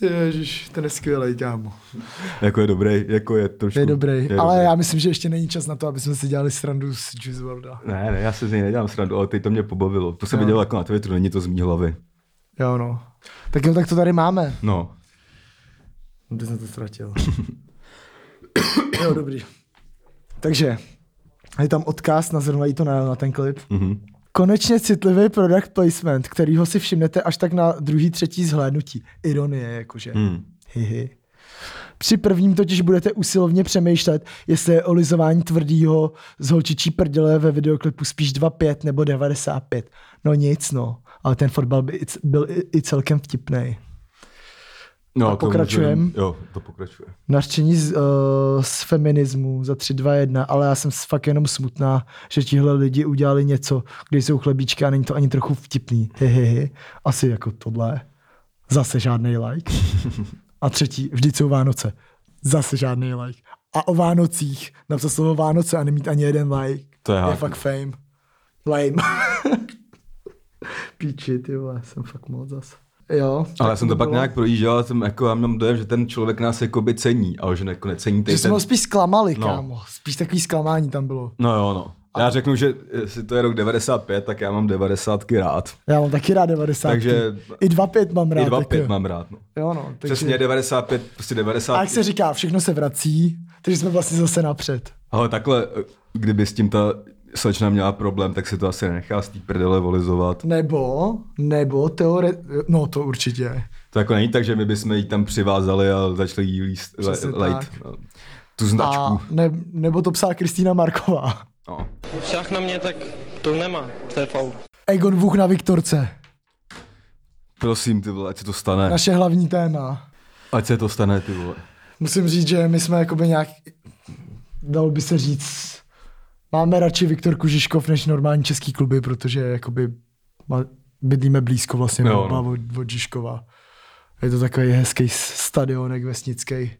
Ježíš, ten je skvělý, kámo.
Jako je dobrý, jako je trošku.
Je dobrý, je ale dobrý. já myslím, že ještě není čas na to, aby jsme si dělali srandu z Juice WRLDa.
Ne, ne, já se z něj nedělám srandu, ale teď to mě pobavilo. To jsem viděl jako na Twitteru, není to z mý hlavy.
Jo, no. Tak jo, tak to tady máme.
No,
No, Ty jsem to ztratil. jo, dobrý. Takže, je tam odkaz na zrovna jí to na, na ten klip. Mm-hmm.
Mhm.
Konečně citlivý product placement, kterýho si všimnete až tak na druhý, třetí zhlédnutí. Ironie, jakože.
Hmm.
Mm. Hihi. Při prvním totiž budete usilovně přemýšlet, jestli je olizování tvrdýho z holčičí prděle ve videoklipu spíš 2,5 nebo 95. No nic, no. Ale ten fotbal by i, c- byl i, i celkem vtipný.
no
A
to můžu
pokračujem?
jenom- Jo, to pokračuje.
Narčení z, uh, z feminismu za 3, 2, 1, ale já jsem s- fakt jenom smutná, že tihle lidi udělali něco, kde jsou chlebíčky a není to ani trochu vtipný. Hehehe. Asi jako tohle. Zase žádný like. A třetí, vždyť jsou Vánoce. Zase žádný like. A o Vánocích, napsat slovo Vánoce a nemít ani jeden like.
To je
je
hák.
fakt fame. Lame. Píči, ty vole, jsem fakt moc zase. Jo.
Ale já
tak
jsem to pak
bylo.
nějak projížděl a jsem jako, já mám dojem, že ten člověk nás jakoby cení, ale že jako necení
Že
ten...
jsme ho spíš zklamali,
No.
kámo. Spíš takový zklamání tam bylo.
No jo, no. Já řeknu, že jestli to je rok 95, tak já mám 90 rád.
Já mám taky rád 90.
Takže-
I 2,5 mám rád.
I 2,5
taky.
mám rád, no.
Jo, no. Takže...
Přesně 95, prostě
A
90.
jak se říká, všechno se vrací, takže jsme vlastně zase napřed.
Ale takhle, eh, kdyby s tím ta slečna měla problém, tak si to asi nenechá z té prdele volizovat.
Nebo, nebo teore... No, to určitě.
To jako není tak, že my bychom ji tam přivázali a začali jí líst, le,
Přesně
lejt,
tak.
no, tu značku.
A
A...
ne, nebo to psala Kristýna Marková.
No.
Šach na mě, tak to nemá, to je faul.
Egon Vuk na Viktorce.
Prosím, ty vole, ať se to stane.
Naše hlavní téma.
Ať se to stane, ty vole.
Musím říct, že my jsme jakoby nějak... Dalo by se říct... Máme radši Viktor Kužiškov než normální český kluby, protože jakoby ma- bydlíme blízko vlastně
Jo,
no,
no.
no. Od, od Žižkova. Je to takový hezký s- stadionek vesnický.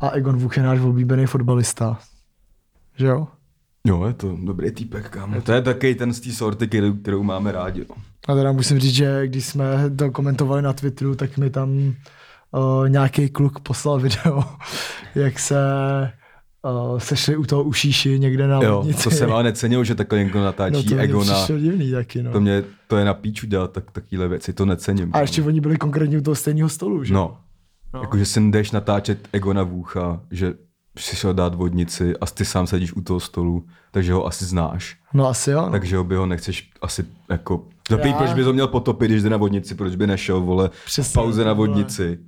A Egon Vuk je náš oblíbený fotbalista. Že jo?
Jo, je to dobrý týpek, kámo. To je taky ten z té sorty, kterou, kterou máme rádi. No.
A teda musím říct, že když jsme to komentovali na Twitteru, tak mi tam uh, nějaký kluk poslal video, jak se uh, sešli u toho ušíši někde na
Jo,
lednici.
to jsem ale necenil, že takhle někdo
no,
natáčí
to
no
Egona.
Egona.
přišlo divný taky, no.
To mě, to je na píču dělat tak, takovéhle věci, to necením.
A ještě oni byli konkrétně u toho stejného stolu, že?
No. no. Jakože sem jdeš natáčet Egona Vůcha, že si šel dát vodnici a ty sám sedíš u toho stolu, takže ho asi znáš.
No asi jo, no.
Takže ho by ho nechceš asi jako... Dobrý,
Já-
proč by to měl potopit, když jde na vodnici, proč by nešel, vole,
Přesně,
Přesně, pauze na
vole.
vodnici.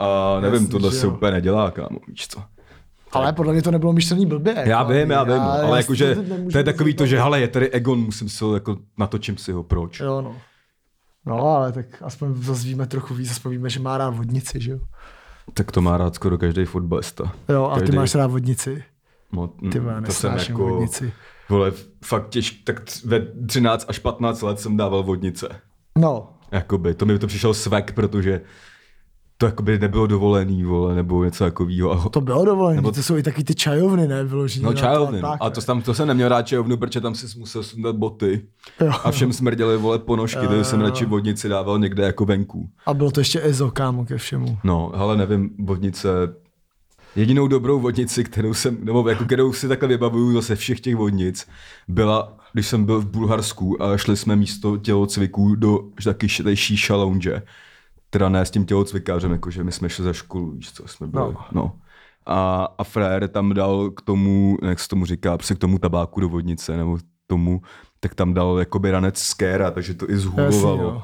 A nevím,
Jasný,
Jasný, tohle
že
se
jo.
úplně nedělá, kámo, víš
Jako,
co.
Ale podle mě to nebylo myšlený blbě.
Já
jako,
vím, já vím, no, ale
já
jakože
si nemůžu
to je takový to,
vysvětlit.
že hele, je tady Egon, musím si ho, jako natočím si ho, proč.
Jo, no. No, ale tak aspoň zase víme trochu víc, aspoň víme, že má rád vodnici, že jo?
Tak to má rád skoro každý fotbalista.
Jo, a ty
Každej.
máš rád vodnici.
No, mm,
Ty vole,
to jsem
nesnáším
jako,
vodnici.
vole, fakt těž, tak t- ve 13 až 15 let jsem dával vodnice.
No,
Jakoby, to mi to přišel svek, protože to jakoby nebylo dovolený, vole, nebo něco takového. A ho-
to bylo dovolené,
Nebo-
to jsou i taky ty čajovny, ne, vyložený.
No
na
čajovny,
tlapák,
no. a to,
ne?
tam, to jsem neměl rád čajovnu, protože tam si musel sundat boty
Jo. Eh.
a všem smrděly vole ponožky, takže jsem radši vodnici dával někde jako venku.
A bylo to ještě EZO, kámo, ke všemu.
No,
Hmm.
ale nevím, vodnice, jedinou dobrou vodnici, kterou jsem, nebo jako kterou si takhle vybavuju zase všech těch vodnic, byla, když jsem byl v Bulharsku a šli jsme místo tělocviků do taky š- tady šíša lounge. Teda ne s tím tělocvikářem, jakože my jsme šli za školu, víš co, jsme byli, no. no. A, a frér tam dal k tomu, jak se tomu říká, prostě k tomu tabáku do vodnice, nebo tomu, tak tam dal jakoby ranec z kéra, takže to i
Jasný, jo.
zhulovalo.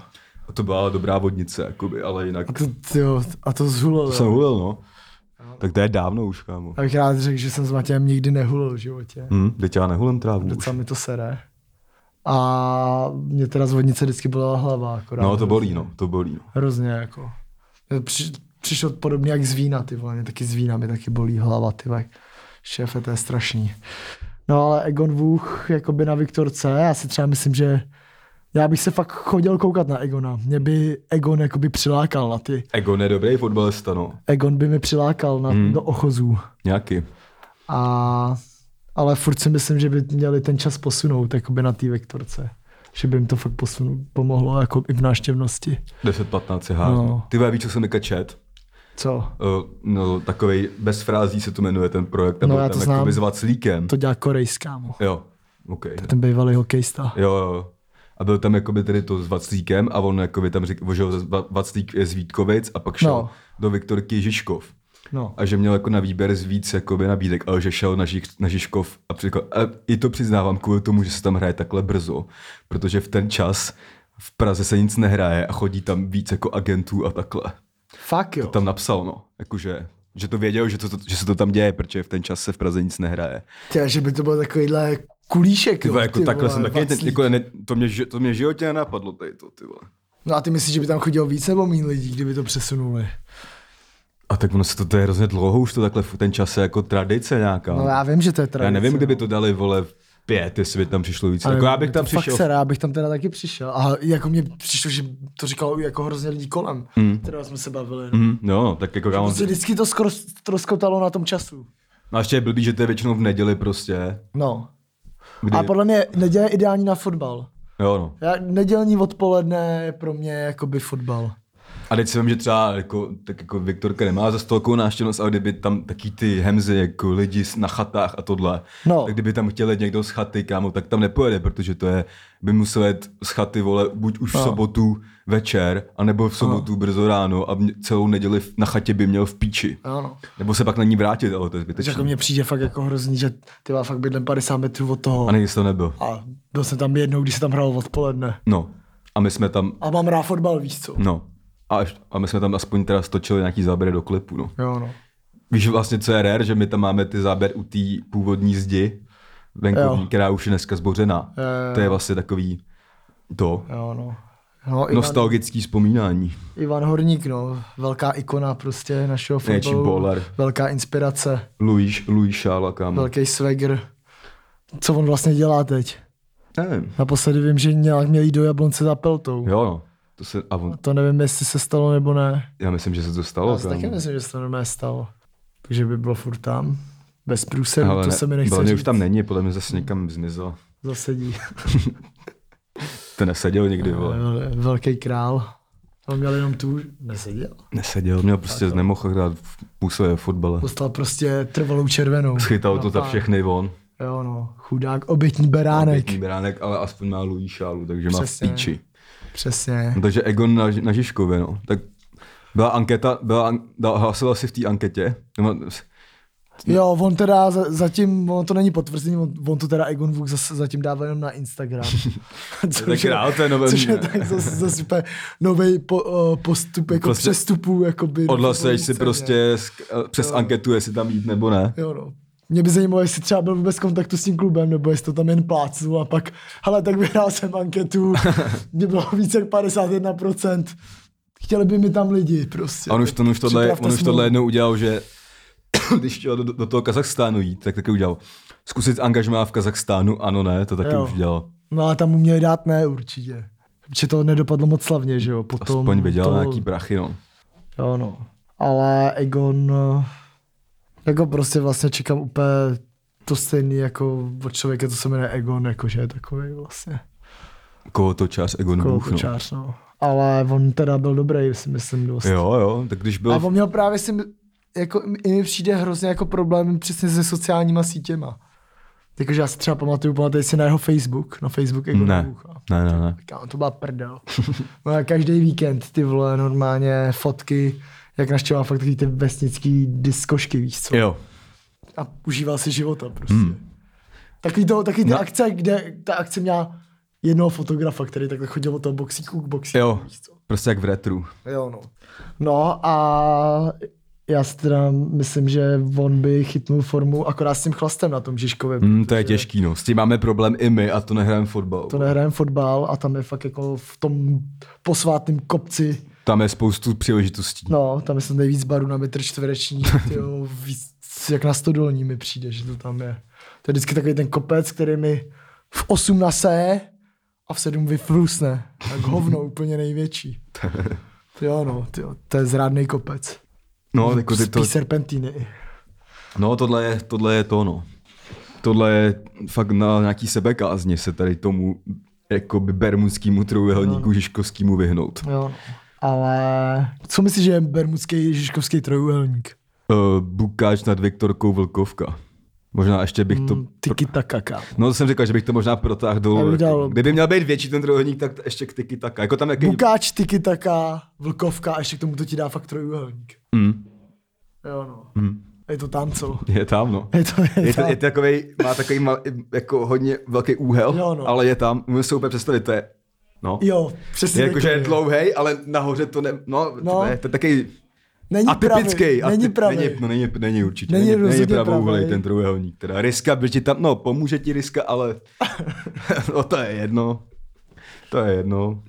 A to byla dobrá vodnice, jakoby, ale jinak...
A to, tyjo, a to zhulilo.
To jsem hulil, no. Tak to je dávno už, kámo.
Abych rád řekl, že jsem s Matějem nikdy nehulil v životě.
Hm, teď já nehulem trávu už.
Docela mi to sere. A mě teda z vodnice vždycky bolela hlava. Akorát.
No to bolí, no, to bolí, no.
Hrozně jako. Při, přišlo podobně jak z vína, ty vole, mě taky z vína, mě taky bolí hlava, ty vole. Šéfe, to je strašný. No ale Egon Vůch, jakoby na Viktorce, já si třeba myslím, že já bych se fakt chodil koukat na Egona. Mě by Egon jakoby přilákal na ty.
Egon je dobrý fotbalista, no.
Egon by mi přilákal na, hmm. do ochozů.
Nějaký.
A, ale furt si myslím, že by měli ten čas posunout jakoby na té Viktorce. Že by jim to fakt posunu, pomohlo jako i v náštěvnosti.
10-15 je házno.
No.
Ty vole, víš, co jsem teďka čet?
Co?
O, no, takovej bez frází se to jmenuje ten projekt, a
No,
byl
já to
tam
znám.
jakoby s Vaclíkem.
To dělá korejská, kámo.
Jo, OK. no.
Ten bývalý hokejista.
Jo, jo. A byl tam jakoby tedy to s Vaclíkem a on jakoby tam říkal, že Va- Vaclík je z Vítkovic a pak šel
No.
no. do Viktorky Žižkov.
No.
A že měl jako na výběr z víc jakoby nabídek, ale že šel na, Žich, na Žižkov a, přikl, a i to přiznávám kvůli tomu, že se tam hraje takhle brzo, protože v ten čas v Praze se nic nehraje a chodí tam víc jako agentů a takhle.
Fakt jo.
Tam napsal, no, jakože, že to věděl, že, to, že se to tam děje, protože v ten čas se v Praze nic nehraje.
Tě, že by to byl takovýhle kulíšek,
Ty
jo.
vole, jako
ty
takhle
vole,
jsem taky, ten,
Vaclík.
jako ne, to, mě, ži- to mě životě nenapadlo tady to, ty vole.
No a ty myslíš, že by tam chodilo víc nebo méně lidí, kdyby to přesunuli?
A tak ono se to, to je hrozně dlouho, už to takhle v ten čas je jako tradice nějaká.
No já vím, že to je tradice.
já nevím, kdyby
no.
to dali, vole, v pět, jestli by tam přišlo víc.
Ale
Jako já bych
to
tam
Fakt
přišel.
se rád, bych tam teda taky přišel. A jako mě přišlo, že to říkalo jako hrozně lidí kolem.
Hmm.
Mm. Teda jsme se bavili. Mm.
Hm, no, tak jako kámo,
Prostě vždycky to skoro troskotalo na tom času.
no a ještě je blbý, že to je většinou v neděli prostě.
No.
Kdy,
A podle mě neděle je ideální na fotbal.
Jo, no.
Já, nedělní odpoledne je pro mě jakoby fotbal.
A teď si vím, že třeba jako, tak jako Viktorka nemá za stolkou náštěvnost, ale kdyby tam taky ty hemzy, jako lidi s- na chatách a tohle,
No.
tak kdyby tam chtěl jít někdo z chaty, kámo, tak tam nepojede, protože to je, by musel jet z chaty, vole, buď už v
No.
sobotu večer, anebo v sobotu brzo ráno a mě- celou neděli v- na chatě by měl v píči.
Ano.
Nebo se pak na ní vrátit, ale to je
No. Takže
zbytečné.
jako mně přijde fakt jako hrozný, že ty má fakt bydlem 50 metrů od toho.
A nejsi to nebyl.
A byl jsem tam jednou, když se tam hrál odpoledne.
No. A my jsme tam,
A mám rád fotbal, víš co?
no. A, až- a my jsme tam aspoň teda stočili nějaký záběry do klipu, no.
Jo, no.
Víš vlastně, co je rare, že my tam máme ty záběr u té původní zdi venkovní,
Jo.
která už je dneska zbořená.
Jo, jo, jo.
To je vlastně takový to
Jo, no. No, Ivan,
nostalgický vzpomínání.
Ivan Horník, no. Velká ikona prostě našeho
Největší
fotbalu.
bowler. Mm.
Velká inspirace.
Luíš, Luíš Šála, kámo.
Velký swagger. Co on vlastně dělá teď?
Nevím.
Naposledy vím, že nějak měl jít do Jablonce za peltou.
Jo, no. To se, a on,
To nevím, jestli se stalo nebo ne.
já myslím, že se to
Já
stalo,
si taky
kámo.
myslím, že se to normálně stalo. Takže by bylo furt tam. Bez průseru,
Ale
to
ne-
se mi nechce
podle mě
říct.
už tam není, podle mě zase někam zmizel.
Zasedí.
Ten neseděl nikdy, vole.
Jako Velký král. On měl jenom tu, neseděl.
Neseděl, měl prostě nemohl hrát v působě fotbale.
Dostal prostě trvalou červenou.
Schytal to za
pár.
všechny von.
Jo no, chudák, obětní beránek.
Pěkný Beránek, ale aspoň má Luí Šálu, takže má v
Přesně.
píči.
Přesně.
No, takže Egon na, na Žižkově, no. Tak byla anketa, byla, an- dal- hlasoval si v té anketě. No, s-
Jo, on teda za- zatím, on to není potvrzení, on, on to teda Egon Vuk zas, zatím dává jenom na Instagram. což
tak král, to je nový-
Což je tak zase, zase úplně novej po, uh, postup, jako
Prostě
prostě přestupů, jakoby. na
Odhlasuješ
fotbalové
si
scéně.
prostě z, přes jo. anketu, jestli tam jít nebo ne.
Jo, no. Mě by zajímalo, jestli třeba byl vůbec v kontaktu s tím klubem, nebo jestli to tam jen plácnu a pak, hele, tak vyhrál jsem anketu, mě bylo více jak 51%. Chtěli by mi tam lidi, prostě.
A on už, to, on už tohle,
Připravte
on už tohle
smlouvu.
jednou udělal, že když chtěl do, do toho Kazachstánu jít, tak taky udělal. Zkusit angažmá v Kazachstánu, ano, ne, to taky
Jo.
jo. už dělal.
No ale tam mu měli dát ne určitě. Protože to nedopadlo moc slavně, že jo? Potom
Aspoň vydělal
to...
nějaký prachy, no.
Jo, no. Ale Egon, eh, jako prostě vlastně čekám úplně to stejný jako od člověka, co se jmenuje Egon, jakože je takový vlastně.
Koho to čas, Egon Bůh, no.
Kolotočář, no. Ale on teda byl dobrý, si myslím dost.
Jo, jo, tak když byl
A
v
on měl právě si, jako i mi přijde hrozně jako problém přesně se sociálníma sítěma. Jakože já si třeba pamatuju, pamatuju si na jeho Facebook, na Facebook Egon
Ne.
Bůcha.
Ne, ne, ne.
Kámo, to byla prdel. No a každý víkend ty vole normálně fotky, jak naštěvá fakt takový ty vesnický diskošky, víš co?
Jo.
A užíval si života prostě. Hmm. Takový, to, takový ty
No.
akce, kde ta akce měla jednoho fotografa, který takhle chodil od toho boxíku k boxíku.
Jo,
Víš co?
prostě jak v retru.
jo no. no a já si teda myslím, že on by chytnul formu akorát s tím chlastem na tom Žižkově.
Hmm, to je těžký, no. S tím máme problém i my a to nehrajeme fotbal.
To nehrajeme fotbal a tam je fakt jako v tom posvátném kopci
Tam je spoustu příležitostí.
No, tam je snad nejvíc barů na metr čtvereční, tyjo, víc, jak na stodolní mi přijde, že to tam je. To je vždycky takový ten kopec, který mi v 8 naseje a v 7 vyflusne. Tak hovno, úplně největší. Jo, no, tyjo, to je zrádný kopec.
No, jako ty to,
Spí serpentýny.
no tohle, je, tohle je to, no. Tohle je fakt na nějaký jako
No.
sebekázně se tady tomu jakoby bermudskému trojuhelníku Žižkovskému vyhnout.
Jo, no. Ale co myslíš, že je bermudský žižkovský trojuhelník?
Uh, Bukáč nad Viktorkou Vlkovka. Možná ještě bych to...
Tiki takaka.
No to jsem říkal, že bych to možná protáhl
Hmm. Já
dolů.
bych dal-
Kdyby měl být větší ten trojuhelník, tak t- ještě k tiki taka. Jako tam jaký...
Bukáč, tiki taka, vlkovka a ještě k tomu to ti dá fakt trojuhelník.
Mm,
Jo no.
mm.
Je to tam, co?
Je tam, no.
Je to, je,
Je, to,
tam.
je to takovej, má takový mal, jako hodně velký úhel,
Jo, no.
ale je tam, můžu si úplně představit, to je, no.
Jo, přesně.
je jakože
takový.
je dlouhej, ale nahoře to ne, no,
Jako- No.
no. ne, to je takový
Není
atypický.
pravý, není
aty-
pravý.
Není, no, není, není určitě.
Není
Není, není,
rozhodně
není pravouhlej
pravej.
ten trojuhelník. Teda riska by ti tam, no pomůže ti riska, ale no to je jedno. To je jedno.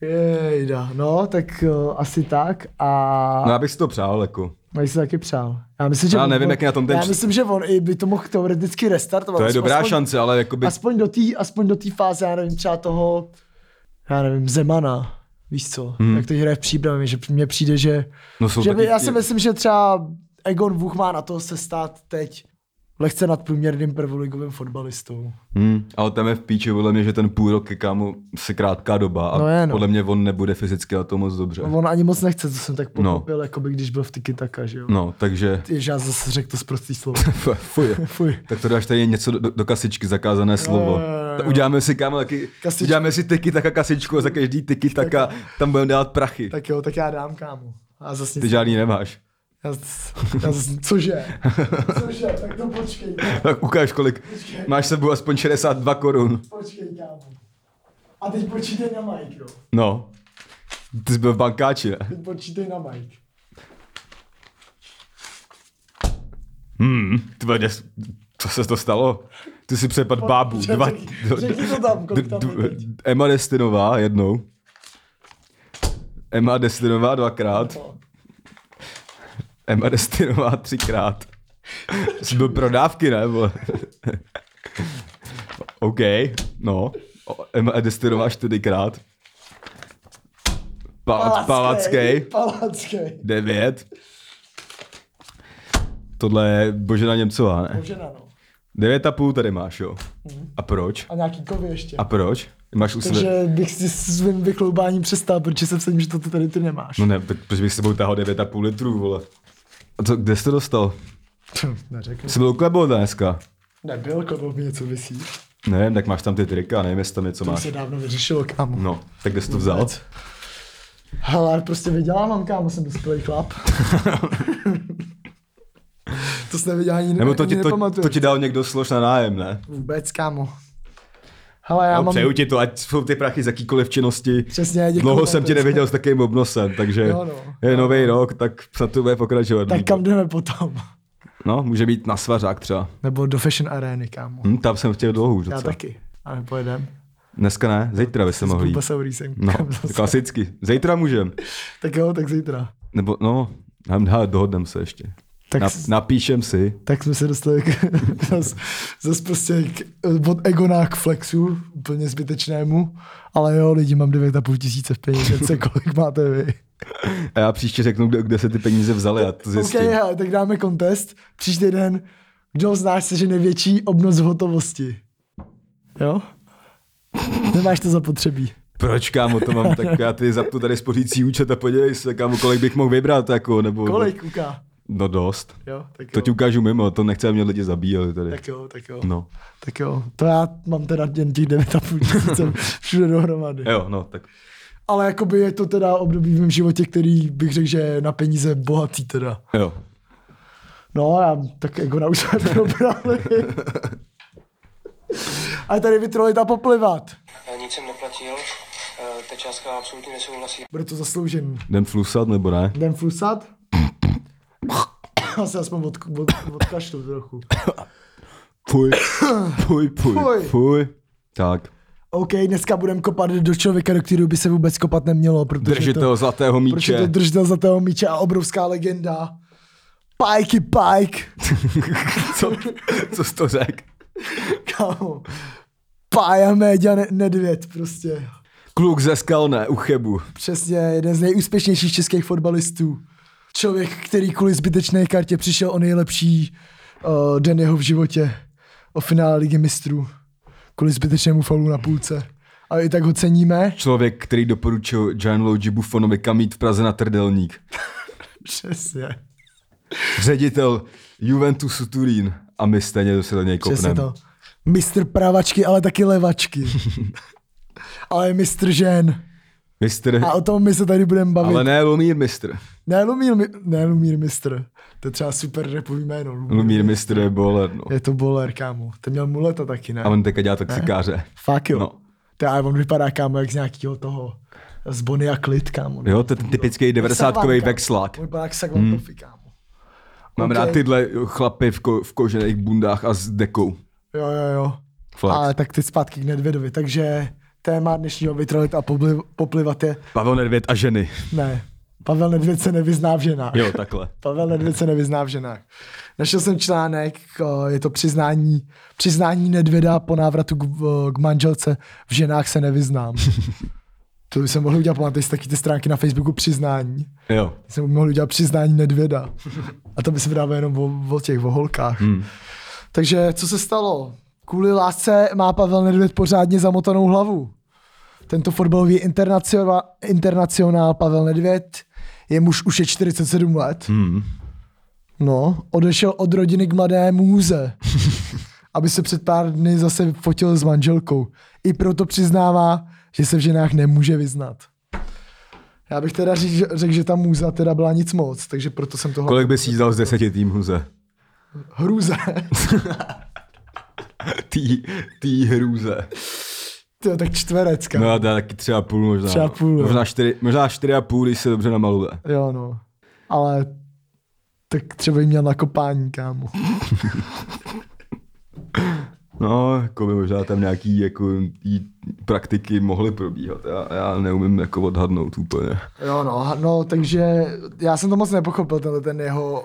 Jejda, no, tak uh, asi tak a
No já bych si to přál, jako.
no. jsi taky přál. Já myslím, že
Já
on-
nevím,
on,
jak je na tom ten
Já
č-
myslím, že on i by to mohl teoreticky restartovat.
To je
Aspoň-
dobrá
aspoň,
šance, ale jakoby,
Aspoň do té aspoň do té fáze, já nevím, třeba toho, já nevím, Zemana. Víš co, hmm. jak to hraje v příbrami, že mně přijde, že,
no jsou
že by,
taky,
já si myslím, že třeba Egon Vůch má na to se stát teď lehce nadprůměrným prvoligovým fotbalistou.
Hmm, ale tam je v píči, podle mě, že ten půl rok je kámo se krátká doba a
No je, no.
podle mě on nebude fyzicky na to moc dobře.
On ani moc nechce, co jsem tak pochopil, no. jako by když byl v tiki taka, že jo.
No, takže,
Ježi, já zase řekl to zprostý slovo.
F- fuj.
Fuj.
Tak to dáš tady něco do, do kasičky, zakázané slovo.
jo, jo,
Tak
jo.
uděláme si kámo taky,
Kasičku.
uděláme si tyky taka kasičku a za každý tyky taka tam budeme dát prachy.
Tak jo, tak já dám, kámo. A zase
Ty
nic.
žádný nemáš.
Já, z- já zase, cože? Cože? Tak to počkej,
Tak ukáž kolik. Máš s sebou aspoň 62 korun.
počkej, kámo. A teď počítej na Mike, jo.
No. Ty jsi byl v bankáči, ne?
Teď počítej na Mike.
Hmm, ty vole, des- co se to stalo? Ty si přepad bábu.
Řekni-
Dva,
řekni to tam, kolik tam je teď.
Emma Destinová jednou. Emma Destinová dvakrát.
No.
Emma Destinová třikrát. Jsi byl pro dávky, ne? vole? OK, no. O- Emma Destinová čtyřikrát. Palac, Palacký.
Palacký.
Devět. Tohle je Božena Němcová, ne?
Možná, no.
Devět a půl tady máš, jo. A proč?
A nějaký kovy ještě.
A proč? Máš u sebe...
Takže bych si s svým vykloubáním přestal, protože jsem se že to ty tady ty nemáš.
No ne, tak proč bych s sebou tahal 9,5 litrů, vole. A to, kde jsi to dostal?
Hm, Neřeknu.
Jsi byl u Klebota dneska?
Nebyl, komu mi něco vysí.
Nevím, tak máš tam ty trika, nevím, jestli tam něco
To už
máš.
se dávno vyřešilo, kámo.
No, tak kde jsi to vzal?
Vůbec. Hele, prostě vydělal mám, kámo, jsem dospělý chlap. to jsi neviděl ani,
Nebo to ti,
ani
to,
nepamatuju.
to ti dal někdo slož na nájem, ne?
Vůbec, kámo. Hele, já
Já
mám...
přeju ti to, ať jsou ty prachy z jakýkoliv činnosti.
Přesně, děkuji.
Dlouho jsem tě neviděl s takovým obnosem, takže
Jo, no.
je nový rok, tak snad to bude pokračovat.
Tak kam jdeme potom?
No, může být na svařák třeba.
Nebo do Fashion Areny, kámo.
Hm, tam jsem chtěl dlouho už
Já
docela.
taky. Ale pojedem.
Dneska ne, zítra by se
S
mohl jít.
Bulbasaurisem.
No,
kam zase.
klasicky. Zítra můžem.
Tak jo, tak zítra.
Nebo, no, já- hele, dohodneme se ještě.
Tak,
Na,
s-
napíšem si.
tak jsme se dostali k, zas, zas prostě k, od Egona k Flexu, úplně zbytečnému. Ale jo, lidi, mám 9,5 tisíce v peněžence, kolik máte vy?
A já příště řeknu, kde, kde se ty peníze vzaly a to
OK,
zjistím.
hele, tak dáme kontest. Příští den, kdo znáš se, že největší obnos v hotovosti? Jo? Nemáš to zapotřebí.
Proč, kámo, to mám, tak já ty zapnu tady spořící účet a podívej se, kámo, kolik bych mohl vybrat, jako, nebo...
Kolik, uká?
No dost.
Jo, tak
To
jo.
ti ukážu mimo, to nechci, aby mě lidi zabíjeli tady.
Tak jo, tak jo.
No.
Tak jo. To já mám teda jen těch 9,5 tisíce všude dohromady.
Jo, no, tak.
Ale jakoby je to teda období v mém životě, který bych řekl, že je na peníze bohatý teda.
Jo.
No, já, tak Egona už jsme probrali. A tady vytrolit a poplivat.
Nic jsem neplatil, eh, ta částka absolutně nesouhlasí.
Bude to zasloužený.
Jdem flusat, nebo ne?
Jdem flusat. Já se aspoň od, od, odkašlu trochu.
Fuj, fuj, fuj,
Fuj.
fuj. fuj. Tak.
OK, dneska budeme kopat do člověka, do kterého by se vůbec kopat nemělo, protože
Držitel
to,
zlatého
protože
míče.
to držitel zlatého míče a obrovská legenda. Pikey Pike,
Co, co jsi to řekl?
kámo. Pája Média ne- Nedvěd prostě.
Kluk ze Skalné, u Chebu.
Přesně, jeden z nejúspěšnějších českých fotbalistů. Člověk, který kvůli zbytečné kartě přišel o nejlepší uh, den jeho v životě. O finále ligy mistrů. Kvůli zbytečnému faulu na půlce. ale i tak ho ceníme.
Člověk, který doporučil Gianluigi Buffonovi kam jít v Praze na trdelník.
Přesně.
Ředitel Juventusu Turín. A my stejně to se do něj
Přesně
kopneme.
to. Mistr pravačky, ale taky levačky. ale mistr žen.
Mistr,
A o tom my se tady budeme bavit.
ale ne Lumír mistr.
Ne, Lumír, mi- ne, Lumír mistr. To je třeba super repový jméno. Lumír.
Lumír mistr je boler, no.
Je to boler, kámo. Ten měl muleta taky, ne?
A on teďka dělá taxikáře.
Fakt jo.
No.
No. Teda, on vypadá, kámo, jak z nějakého toho z Bonny a Klid, kámo.
Jo, Hmm. to je ten typický 90-kový vexlák.
On vypadá jak Savantofi, kámo.
Mám
Ok.
rád tyhle chlapy v, ko- v kožených bundách a s dekou.
Jo, jo, jo.
Flex.
Ale tak teď zpátky k Nedvědovi. Takže téma dnešního vytrolit a pobliv, poplivat je...
Pavel Nedvěd a ženy.
Ne, Pavel Nedvěd se nevyzná v ženách.
Jo, takhle.
Pavel Nedvěd se nevyzná v ženách. Našel jsem článek, o, je to přiznání, přiznání Nedvěda po návratu k, o, k manželce, v ženách se nevyznám. to by jsem mohl udělat, pamatuješ taky ty stránky na Facebooku přiznání.
Jo.
Jsem mohl udělat přiznání Nedvěda. A to by se vydávalo jenom o, o těch, o holkách. Hmm. Takže co se stalo? Kvůli lásce má Pavel Nedvěd pořádně zamotanou hlavu. Tento fotbalový internacionál, internacionál Pavel Nedvěd je muž už je 47 let.
Hmm.
No, odešel od rodiny k mladé můze, aby se před pár dny zase fotil s manželkou. I proto přiznává, že se v ženách nemůže vyznat. Já bych teda ři- řekl, že ta můza teda byla nic moc, takže proto jsem toho...
Kolik bys jí dal z deseti tým hruze?
Hrůze.
Tý, tý hruze.
Ty, jo, tak čtverecka.
No
No.
a dá taky třeba půl možná.
Třeba půl, jo.
Možná čtyři, možná čtyři a půl, když se dobře namaluje.
Jo, no. Ale tak třeba jí měl na kopání, kámo.
No, jako by možná tam nějaký jako jí praktiky mohly probíhat. Já, já neumím jako odhadnout úplně.
Jo, no, no, takže já jsem to moc nepochopil, tenhle ten jeho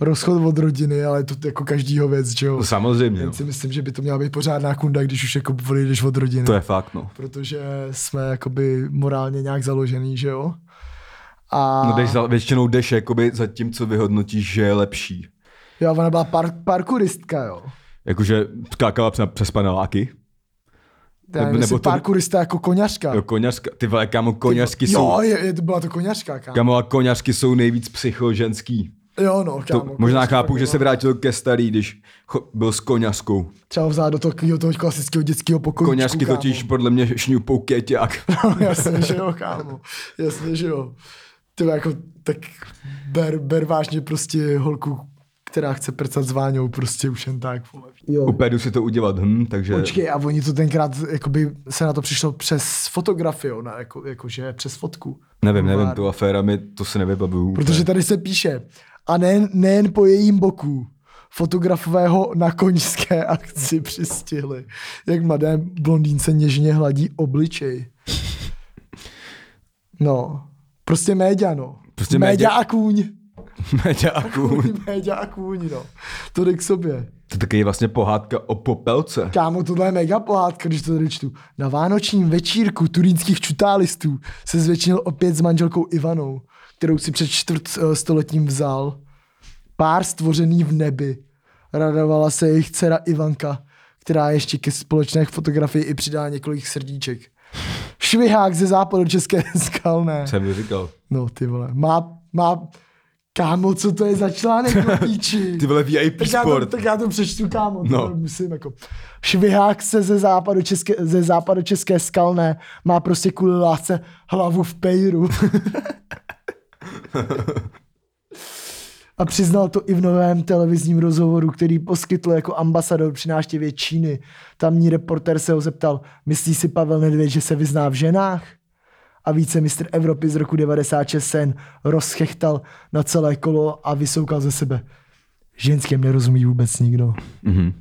rozchod od rodiny, ale je to jako každýho věc, že jo.
No, samozřejmě.
Jen
No.
si myslím, že by to měla být pořádná kunda, když už jako odejdeš od rodiny.
To je fakt, no.
Protože jsme jakoby morálně nějak založený, že jo? A
No jdeš za, většinou jdeš jakoby za tím, co vyhodnotíš, že je lepší.
jo, ona byla par- parkouristka, jo.
Jakože skákala přes, přes paneláky.
Já nevím,
Nebo-
nebo
nebo to-
parkourista jako koňařka.
Jo, koňařka, ty vole, kámo, koňařky
jo,
jsou...
je, je, to byla to koňařka, kámo.
Kámo, a koňařky jsou nejvíc psychoženský.
Jo, no,
To,
kámo.
možná
koňařka
chápu,
fakt
že se
byla-
vrátil ke starý, když cho, byl s koňařkou.
Třeba vzát do toho, toho klasického dětského pokoju.
Koňařky totiž podle mě šňupou kéťák.
Jasně, že jo, kámo. Jasně, že jo. Ty jako, tak ber, ber vážně prostě holku, která chce prcat s Váňou, prostě už jen tak. vole. Jo.
Úplně jdu si to udělat, hm, takže...
Počkej, a oni to tenkrát, jakoby se na to přišlo přes fotografii, ne, jako, jakože přes fotku.
Nevím, nevím,
Bulvár.
tu aféra mi, to se nevybavuju. úplně.
Protože tady se píše, a ne, nejen po jejím boku, fotografové ho na koňské akci přistihli. Jak mladé blondýnce něžně hladí obličej. No, prostě média, no.
Prostě
média
média-
a kůň.
Meďáku.
média a kůň, no. To jde k sobě.
To taky je vlastně pohádka o popelce.
Kámo, tohle je mega pohádka, když to tady čtu. Na vánočním večírku turínských čutálistů se zvětšil opět s manželkou Ivanou, kterou si před čtvrt eh, stoletím vzal. Pár stvořený v nebi. Radovala se jejich dcera Ivanka, která ještě ke společné fotografii i přidala několik srdíček. Švihák ze západu české skalné.
Jsem mi říkal.
No ty vole, má, má, kámo, co to je za článek, na píči?
Ty vole VIP
tak já, to,
sport.
tak já to přečtu, kámo, to
No.
musím jako. Švihák se ze západu, české, ze západu české skalné má prostě kvůli lásce hlavu v pejru. A přiznal to i v novém televizním rozhovoru, který poskytl jako ambasador při návštěvě Číny. Tamní reportér se ho zeptal, myslí si Pavel Nedvěd, že se vyzná v ženách? a více mistr Evropy z roku 96 sen rozchechtal na celé kolo a vysoukal ze sebe. Ženském nerozumí vůbec nikdo.
Mhm.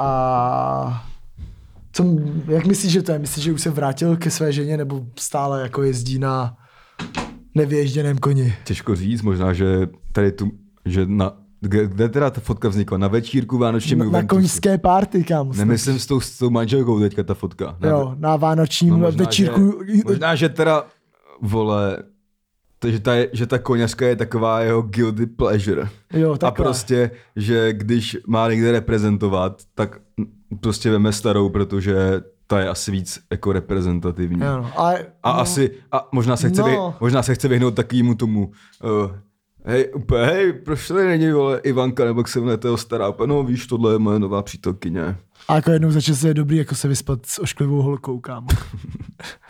A co, jak myslíš, že to je? Myslíš, že už se vrátil ke své ženě nebo stále jako jezdí na nevyježděném koni?
Těžko říct, možná, že tady tu, že na, kde, kde teda ta fotka vznikla? Na večírku vánočnímu
Na, na
Juventusu.
koňské párty, kam?
Nemyslím s tou, s tou manželkou teďka ta fotka. Ne,
Jo, na vánočním
no,
no,
možná,
večírku.
Že, možná, že teda, vole, to, že ta, že ta koněřka je taková jeho guilty pleasure.
Jo,
A
takhle.
prostě, že když má někde reprezentovat, tak prostě veme starou, protože ta je asi víc jako reprezentativní.
Jo, no. A,
A no. asi, a možná se chce,
No.
no. vy, možná se chce vyhnout takovému tomu, uh, hej, úplně, hej, proč tady není, vole, Ivanka, nebo jak se jmenuje toho stará, úplně, no víš, tohle je moje nová přítelkyně.
a jako jednou za čas je dobrý jako se vyspat s ošklivou holkou, kámo.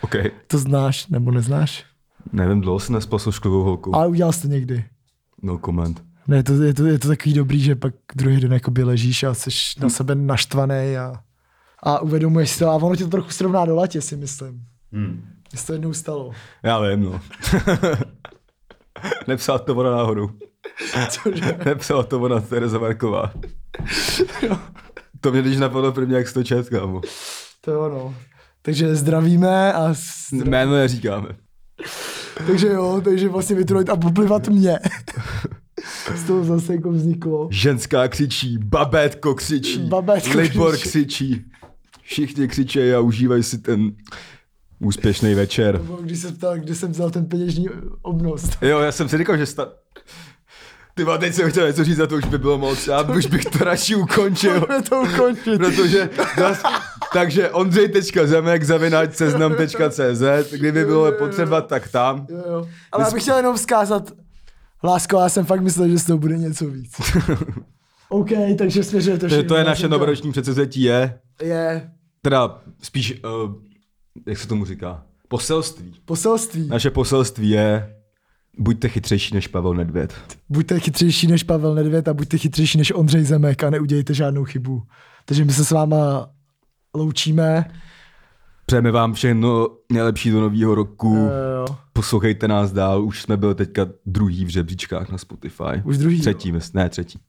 OK,
To znáš nebo neznáš?
nevím, dlouho jsem nespal s ošklivou holkou, a...
Ale udělal jsi to někdy.
no comment.
Ne, je to, je, to, je to takový dobrý, že pak druhý den jakoby ležíš a jsi na sebe naštvaný a, a uvědomuješ si to. A ono tě to trochu srovná do latě, si myslím. Hmm. Mně se to jednou stalo.
Já vím, no. Nepsala to ona náhodou.
Cože?
Nepsala to ona Tereza Marková. to mě když napadlo první, jak jsi to čet, kámo.
To je ono. Takže zdravíme a... Zdra...
Jméno neříkáme.
Takže jo, takže vlastně vytrojit a poplivat mě. Z toho zase jako vzniklo.
Ženská křičí, babetko křičí,
Babétko
Libor
křičí.
křičí. Všichni křičejí a užívají si ten úspěšný večer.
Nebo Když se ptal, kde jsem vzal ten peněžní obnos.
Jo, já jsem si říkal, že sta... Ty vole, teď jsem chtěl něco říct a to už by bylo moc. Já už bych to radši ukončil.
Pojďme to ukončit.
Protože zas, takže ondřej.zemek zavináč seznam.cz Kdyby bylo potřeba, tak tam.
Jo, jo. Ale já bych chtěl jenom vzkázat, lásko, já jsem fakt myslel, že z toho bude něco víc. OK, takže směřuje to
To,
všechno.
to je
na
naše
Zeka.
novoroční předsevzetí je,
Je
teda spíš, uh, jak se tomu říká, poselství.
poselství.
Naše poselství je, buďte chytřejší než Pavel Nedvěd.
Buďte chytřejší než Pavel Nedvěd a buďte chytřejší než Ondřej Zemek a neudějte žádnou chybu. Takže my se s váma loučíme.
Přejeme vám všechno nejlepší do nového roku.
Jo, jo.
Poslouchejte nás dál, už jsme byli teďka druhý v žebříčkách na Spotify.
Už druhý,
Třetí, mys- ne třetí.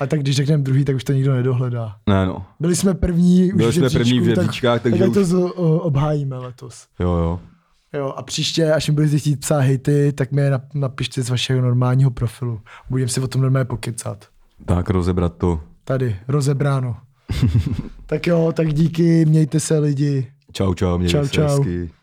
A tak když řekneme druhý, tak už to nikdo nedohledá.
Ne no,
Byli jsme první
Byli
už
jsme první v
žebříčku,
žebříčkách, takže
tak ať to
už-
z- o- obhájíme letos.
jo jo.
Jo, a příště, až mi budete chtít psát hejty, tak mi je nap- napište z vašeho normálního profilu. Budeme si o tom normálně pokecat.
Tak rozebrat to.
Tady, rozebráno. tak jo, tak díky, mějte se lidi.
Čau, čau, mějte
Čau,
se
čau.
hezky.